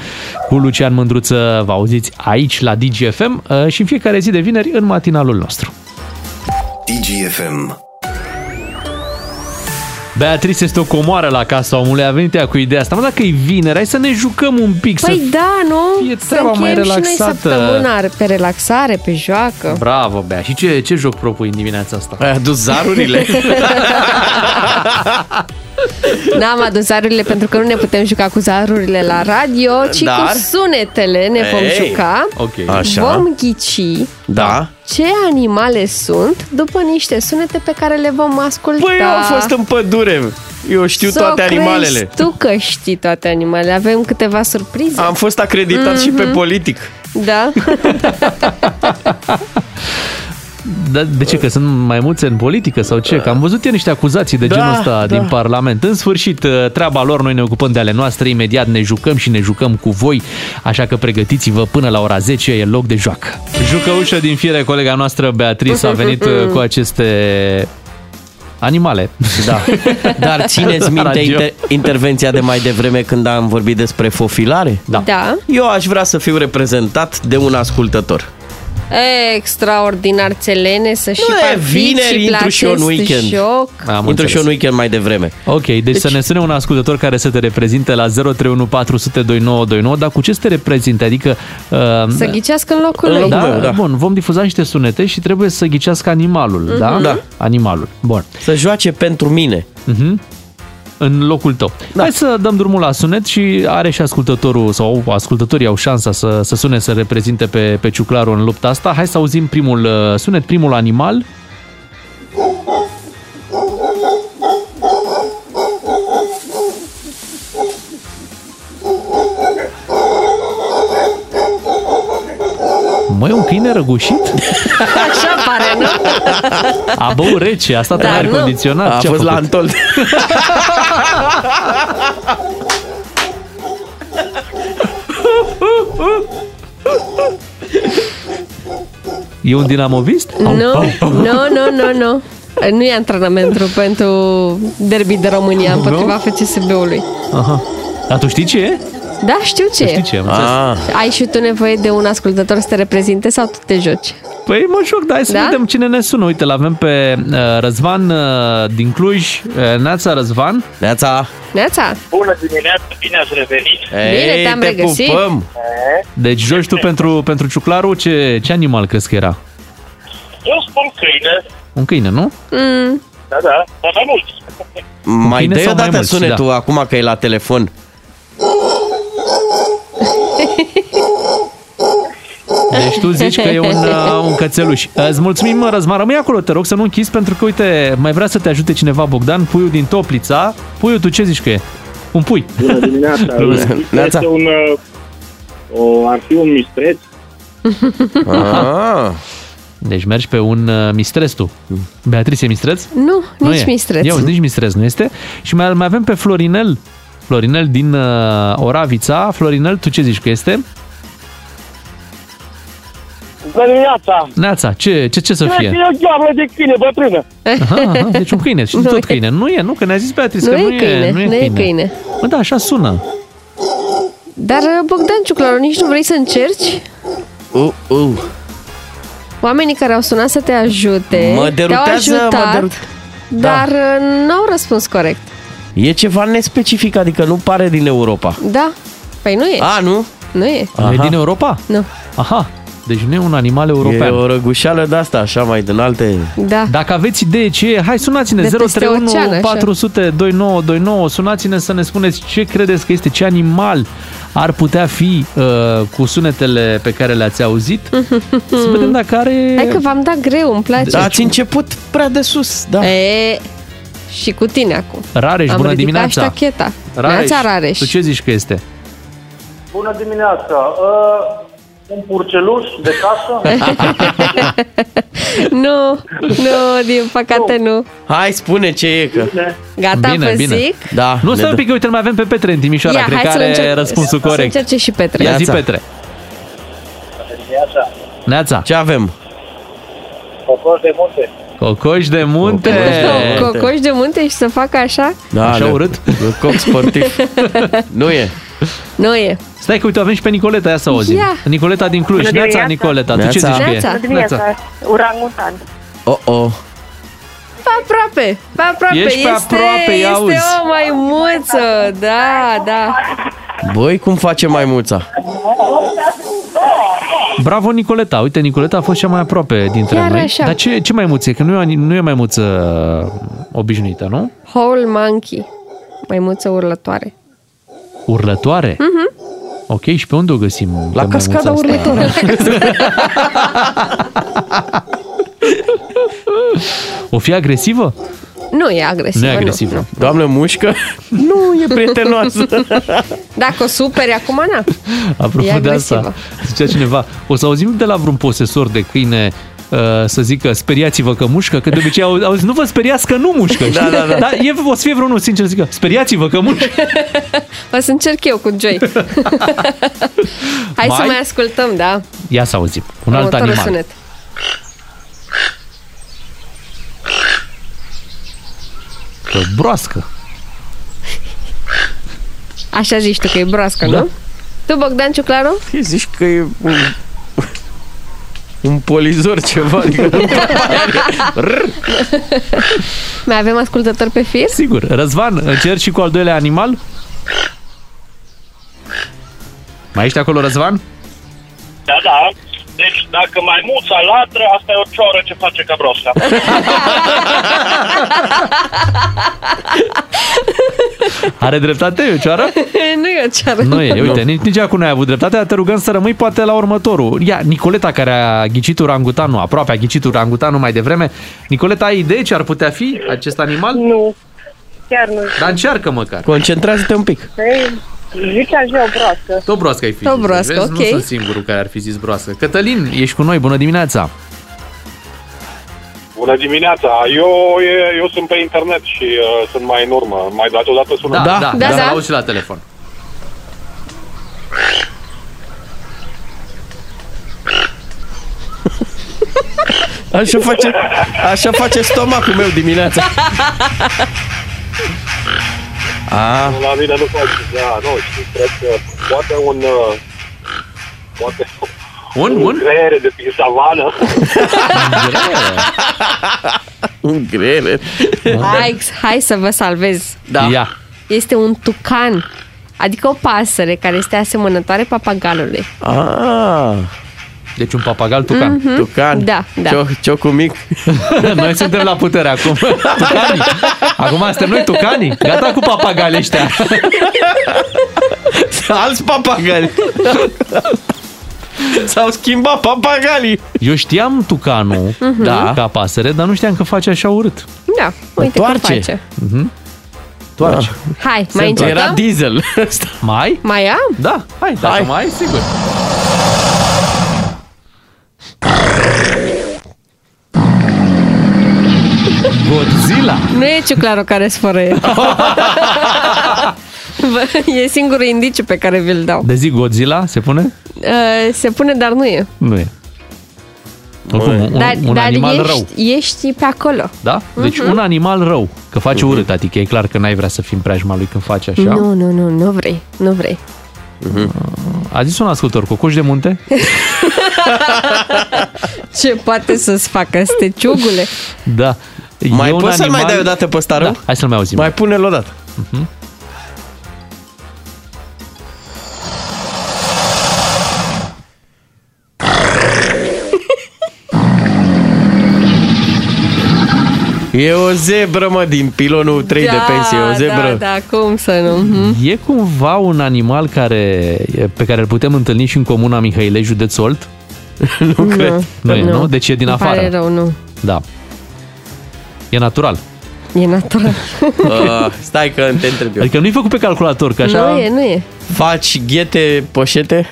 cu Lucian Mândruță. Vă auziți aici la DGFM uh, și în fiecare zi de vineri în matinalul nostru. DGFM. Beatrice este o comoară la casa omului, a venit ea cu ideea asta. Mă, dacă e vineri, hai să ne jucăm un pic, Păi să da, nu? fie Să treaba mai încheiem și noi relaxată. săptămâna pe relaxare, pe joacă. Bravo, Bea. Și ce, ce joc propui în dimineața asta? Ai adus zarurile? N-am adus zarurile pentru că nu ne putem juca cu zarurile la radio, ci Dar- cu sunetele ne vom Ei, juca. ok. Așa. Vom ghici Da. ce animale sunt după niște sunete pe care le vom asculta. Păi eu am fost în pădure, eu știu Să toate o crezi animalele. tu că știi toate animalele. Avem câteva surprize. Am fost acreditat mm-hmm. și pe Mhm. politic. Da. Da, de ce? Că sunt mai mulți în politică sau ce? Că am văzut eu niște acuzații de Da, genul ăsta da. din Parlament. În sfârșit, uh, treaba lor, noi ne ocupăm de ale noastre, imediat ne jucăm și ne jucăm cu voi, așa că pregătiți-vă până la ora 10, e loc de joacă. Jucăușă din fire, colega noastră Păi, Beatrice a venit uh, cu aceste animale. Da. Dar țineți La minte radio. inter- intervenția de mai devreme când am vorbit despre fofilare? Da. da. Eu aș vrea să fiu reprezentat de un ascultător. Extraordinar, țelene, să și Nu e participi vineri, la intru și eu în acest weekend. joc. intru și eu Am înțeles. în weekend mai devreme. Ok, deci, deci să ne sune un ascultător care să te reprezinte la 031402929, dar cu ce să te reprezinte? Adică uh, Să ghicească Da. în locul lui. da? Bun, vom difuza niște sunete și trebuie să ghicească animalul, Mhm. da? Da. Animalul. Bun. Să joace pentru mine. Mhm. în locul tău. Da. Hai să dăm drumul la sunet și are și ascultătorul sau ascultătorii au șansa să, să sune să reprezinte pe, pe Ciuclaru în lupta asta. Hai să auzim primul uh, sunet, primul animal. Măi, un câine răgușit? Așa pare, nu? A băut rece, a stat Dar în aer Da, nu. condiționat. A Ce fost la făcut? Antol. E un dinamovist? Au, Nu, au, au. nu, nu, nu, nu. Nu e antrenamentul pentru derby de România împotriva FCSB-ului. Aha. Dar tu știi ce e? Da, știu ce e. Știi ce e, am ah. Ai și tu nevoie de un ascultător să te reprezinte sau tu te joci? Păi mă joc, dar hai să da? Da? vedem cine ne sună. Uite, l-avem pe uh, Răzvan uh, din Cluj. Uh, Neața Răzvan. Neața. Neața? Bună dimineața, bine ați revenit! Bine, Ei, te-am te regăsit. pupăm. Deci joci tu pentru, pentru Ciuclaru, ce, ce animal crezi că era? Eu spun câine, Un câine, nu? Mm. da, da, dar mai mulți. Mai câine dai sau o mai dată mulți, sunetul da. acum că e la telefon. Deci tu zici că e un, uh, un cățeluș. Uh, Îți mulțumim, mă, Răzvan. Rămâi acolo, te rog să nu închizi, pentru că, uite, mai vrea să te ajute cineva, Bogdan, puiul din Toplița. Puiul, tu ce zici că e? Un pui. Bună dimineața! Glumesc. Neața. este un, uh, o, ar fi un mistreț, Aha. Deci mergi pe un uh, mistreț tu. Beatrice e mistreț? Nu, nici e. mistreț. Eu, nici mistreț nu este. Și mai, mai avem pe Florinel. Florinel din uh, Oravița. Florinel, tu ce zici că este? Bună dimineața! Neața, ce, ce, ce să Cred că fie? e o geamă de câine bătrână. Aha, aha, deci un câine, și Nu tot e. câine. Nu e, nu, că ne-a zis Beatrice că nu e, nu e câine. Mă, da, așa sună. Dar, uh, Bogdan Ciuclaru, nici nu vrei să încerci? Uh, uh. Oamenii care au sunat să te ajute, Mă te-au derutează, mă ajutat, derut- Da. dar uh, n-au răspuns corect. E ceva nespecific, adică nu pare din Europa. Da, păi nu e. A, nu? Nu e. E din Europa? Nu. Aha, deci nu e un animal E european. o răgușeală de asta, așa mai din alte... Da. Dacă aveți idee ce e, hai sunați-ne De peste 031 ocean, așa. 400 2929, sunați-ne să ne spuneți ce credeți că este, ce animal ar putea fi uh, cu sunetele pe care le-ați auzit. Să vedem dacă are... Mm. Hai că v-am dat greu, îmi place. Da, ați început prea de sus, da. E, și cu tine acum. Rareș, Am bună ridicat dimineața! ștacheta. Neața, Rareș. tu ce zici că este? Bună dimineața! Ă, Uh, un purceluș de casă? nu, nu, din păcate nu. Hai, spune ce e, că... Gata, vă zic. Da, Nu ne stai dă. un pic, că uite, îl mai avem pe Petre în Timișoara, Ia, cred hai că să-l are încerc- răspunsul să corect. încerce și Petre. Ia zi, Neața. Petre. Neața. Ce avem? Cocoș de munte. Cocoș de munte. Cocoș de munte și să facă așa? Da, Așa le- urât? le Coc sportiv. nu e. Nu e. Stai că uite, avem și pe Nicoleta, ia să o auzim. Ia. Nicoleta din Cluj. Bună Neața, dimineața. Nicoleta, tu ce zici Neața. că e? Bună dimineața, orangutan. Oh, oh. Pe aproape, pe aproape. Ești pe este, aproape, ia este auzi. o maimuță, da, da. Băi, cum face maimuța? Bravo, Nicoleta. Uite, Nicoleta a fost cea mai aproape dintre Chiar noi. așa. Dar ce, ce maimuță e? Că nu e, o- nu e maimuță obișnuită, nu? Whole monkey, maimuță urlătoare. Urlătoare. Mhm. Ok, și pe unde o găsim? La cascada urlătoare. O fi agresivă? Nu e agresivă, nu e agresivă. Nu. Doamne, mușcă? Nu, e prietenoasă. Dacă o superi acum, na. Apropo E de asta, zicea cineva, o să auzim de la vreun posesor de câine uh, să zică speriați-vă că mușcă, că de obicei au, au zis, nu vă speriați că nu mușcă. Da, da, da. Dar e, o să fie vreunul sincer să zică, speriați-vă că mușcă. O să încerc eu cu Joy. Hai să Mai? mai ascultăm, da? Ia să auzim, un alt Următorul animal. Sunet. Că broască. Așa zici tu că e broască, Da. nu? Tu, Bogdan Ciuclaru? Ce zici că e un, un polizor ceva? Adică Mai avem ascultători pe fir? Sigur. Răzvan, încerci și cu al doilea animal? Mai ești acolo, Răzvan? Da, da. Deci dacă maimuța latră, asta e o cioră ce face ca brosca. Are dreptate, eu ceară? nu e o ceară. Nu e, uite, nici, nici acum n-ai avut dreptatea, te rugăm să rămâi poate la următorul. Ia, Nicoleta care a ghicit urangutanul, aproape a ghicit urangutanul mai devreme. Nicoleta, ai idee ce ar putea fi acest animal? Nu. Chiar nu. Dar încearcă măcar. Concentrează-te un pic. Păi, Zic așa o proastă. Tot broască ai fi Tot zis. broască, Vezi, ok. Nu sunt singurul care ar fi zis broască. Cătălin, ești cu noi, bună dimineața. Bună dimineața! Eu, e- eu sunt pe internet și uh, sunt mai în urmă. Mai dați o dată sună? da, da, da. auzi și la telefon. Așa face, așa face stomacul meu dimineața. A, Ah. La mine nu face. Da, nu știu. Cred că poate un... uh, Poate un, un? creier de prin savană. un greier. Hai, hai să vă salvez. Da. Da. Ia. Este un tucan, adică o pasăre care este asemănătoare papagalului. Ah. Deci un papagal tucan. Mhm. Tucan. Da, da. Cio- Ciocu mic. noi suntem la putere acum. Tucanii. Acum suntem noi tucanii. Gata cu papagalii ăștia. Alți papagali. S-au schimbat papagalii. Eu știam tucanul Mhm. da. ca pasăre, dar nu știam că face așa urât. Da, uite cum face. Mhm. Toarce. Da. Hai, mai încercăm? Era diesel. mai? Mai am? Da, hai, dacă Hai. mai ai, sigur. Godzilla. Nu e ciuclarul care sfărăie. Vă- e singurul indiciu pe care vi-l dau. De zi Godzilla se pune? Uh, Se pune, dar nu e. Nu e. Oricum, un, dar un dar animal ești, rău. ești pe acolo. Da? Deci Mhm. un animal rău, că face urât, adică e clar că n-ai vrea să fii în preajma lui când face așa. Nu, nu, nu, nu vrei, nu vrei. Mhm. A zis un ascultor, cocoș de munte? Ce poate să-ți facă să te ciugule? Da. Mai E un poți să-l mai animal- dai odată pe ăsta rău? Da, hai să-l mai auzim. Mai pune-l odată. E o zebră, mă, din pilonul 3 de pensie, e o zebră. Da, da, cum să nu. Mhm. E cumva un animal care, pe care îl putem întâlni și în comuna Mihăilei, județ Olt? nu cred. Nu, e, nu? Deci e din Îmi afară. Pare rău, nu. Da. E natural. E natural. Uh, stai că te întreb eu. Adică nu-i făcut pe calculator, că așa... Nu e, nu e. Faci ghete, poșete?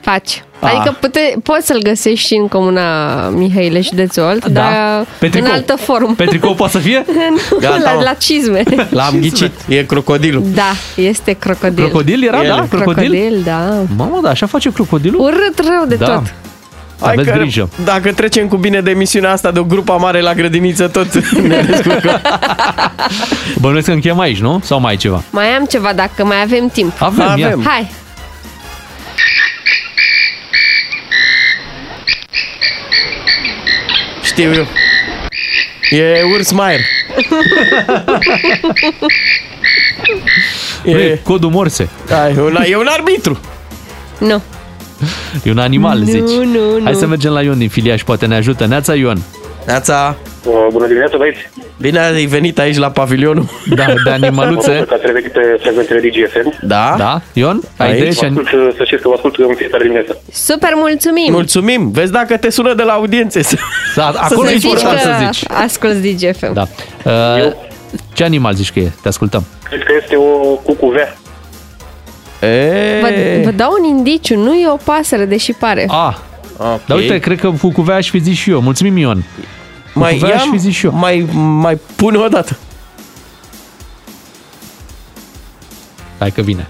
Faci. Ah. Adică pute, poți să-l găsești și în comuna Mihaile și de Zolt, da. dar Pe tricou. în altă formă. Pe tricou poate să fie? Nu, Gata, la, mă. la cizme. L-am ghicit, e crocodilul. Da, este crocodil. Crocodil era, da? Crocodil? Crocodil, da. Mamă, da, așa face crocodilul? Urât rău de da. tot. Hai Aveți grijă. Dacă trecem cu bine de emisiunea asta de o grupă mare la grădiniță, tot ne descurcăm. Bănuiesc că încheiem aici, nu? Sau mai e ceva? Mai am ceva dacă mai avem timp. Avem, ia. Avem. Hai. Știu eu. E urs Maier. E... e codul morse. Da, e, un, e un arbitru. nu. E un animal, Nu, zici. nu, Hai nu. să mergem la Ion din Filiaș, poate ne ajută. Neața Ion. Neața. Bună dimineața, băieți. Bine ai venit aici la pavilionul. Da, de Mă bucur că ați revenit pe frecvențele DGFM. Da. Da, Ion? Ai idee aici? ce- Vă Ascult, uh, să știți că vă ascult în fiecare dimineață. Super mulțumim. Mulțumim. Vezi dacă te sună de la audiențe. Să, da, acolo e important că să zici. Asculți DGFM. Da. Uh, ce animal zici că e? Te ascultăm. Cred că este o cucuvea. E... Vă, vă dau un indiciu, nu e o pasăre, deși pare. Ah, okay. Dar uite, cred că cu cuvea aș fi zis și eu. Mulțumim, Ion. Cu Mai cuvea ia, aș fi zis și eu. mai, mai pune o dată. Hai că vine.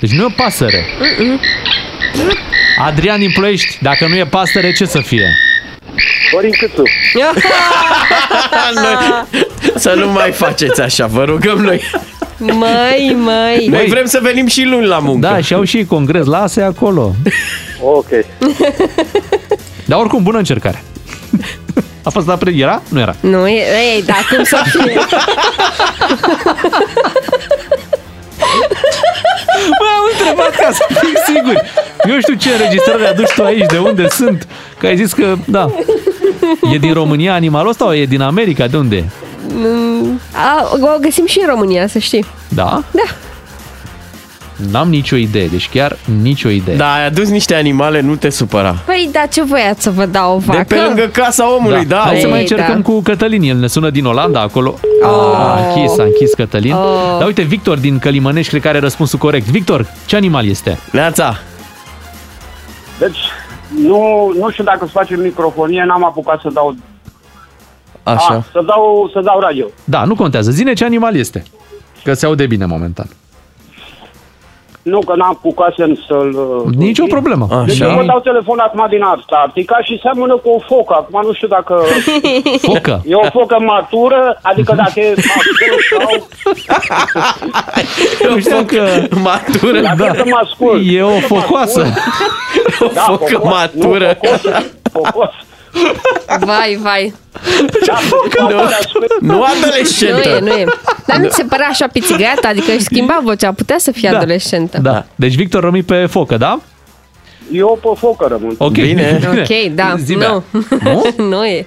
Deci nu e o pasăre. Adrian din Ploiești, dacă nu e pasăre, ce să fie? Florin Câțu. Noi, să nu mai faceți așa, vă rugăm noi. Mai, mai. Noi vrem să venim și luni la muncă. Da, și au și ei congres, lasă acolo. Ok. Dar oricum, bună încercare. A fost la pre... Era? Nu era. Nu, e, ei, da, cum să fie? Mă, am întrebat ca să fim siguri. Eu știu ce înregistrări aduci tu aici, de unde sunt, că ai zis că, da. E din România animalul ăsta sau e din America? De unde e? Mm, A, o găsim și în România, să știi. Da? Da. N-am nicio idee, deci chiar nicio idee. Da, ai adus niște animale, nu te supăra. Păi, dar ce voiați să vă dau o vacă? De pe lângă casa omului, da. Hai Ei, să mai încercăm da. cu Cătălin, el ne sună din Olanda, acolo. Oh. A închis, a închis Cătălin. Oh. Oh. Dar uite, Victor din Călimănești, cred că are răspunsul corect. Victor, ce animal este? Neața. Deci, nu, nu știu dacă îți face microfonie, n-am apucat să dau... Așa. A, să dau, să dau radio. Da, nu contează. Zine ce animal este. Că se aude bine momentan. Nu, că n-am apucat să- să-l... uh, Nicio problemă. da. Deci eu vă dau telefon acum din asta, Arctica, și seamănă cu o focă. Acum nu știu dacă... Focă? E o focă matură, adică dacă e matură sau... O focă matură, Dacă da. să mă ascult. E o focoasă. O Da, focă focos, matură. Nu, focos, focos. Vai, vai. Da, Nu Nu e, adolescentă. Da. nu e. Dar nu ți se părea așa pițigata, adică își schimba vocea, putea să fie da. adolescentă. Da. Deci Victor rămâi pe focă, da? Eu pe focă rămân. Ok. Bine. Ok, da, Zi, nu. Nu? nu e.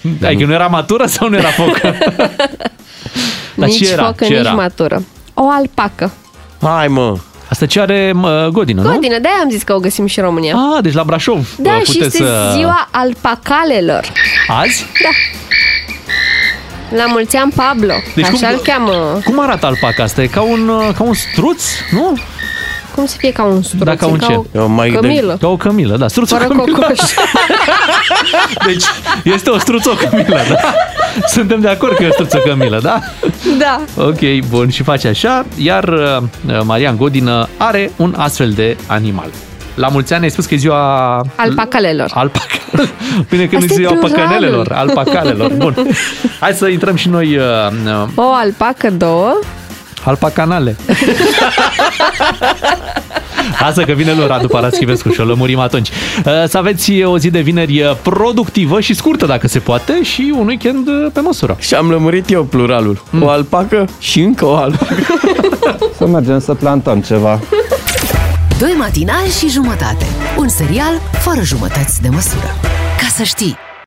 Da. Ai că Adică nu era matură sau nu era focă? Dar nici ce era? focă, ce nici era? matură. O alpacă. Hai, mă. Asta ce are mă, Godină, nu? Godină, de-aia am zis că o găsim și în România. Ah, deci la Brașov da, uh, și puteți este să... ziua alpacalelor. Azi? La mulți ani Pablo. Deci cum- așa îl cheamă. Cum arată alpaca asta? E ca un, uh, ca un struț, nu? Cum să fie ca un struț? da, ca un ca ce? O cămilă. Ca o cămilă, da. Struț o Fără cămilă. cocoș. Deci este o struț o cămilă, da? Suntem de acord că e o struț o cămilă, da? da. Ok, bun, și face așa. Iar uh, Marian Godină are un astfel de animal. La mulți ani ai spus că e ziua... Alpacalelor. Alpaca. Bine că nu Asta e ziua pluralul. păcănelelor, alpacalelor. Bun. Hai să intrăm și noi uh, uh, O alpacă, două. alpacanale. Asta că vine lui Radu Paraschivescu și o lămurim atunci. Uh, Să aveți o zi de vineri uh, productivă și scurtă, dacă se poate, și un weekend uh, pe măsură. Și am lămurit eu pluralul. Mm. O alpacă și încă o alpacă. Să mergem să plantăm ceva. Doi matinali și jumătate. Un serial fără jumătăți de măsură. Ca să știi!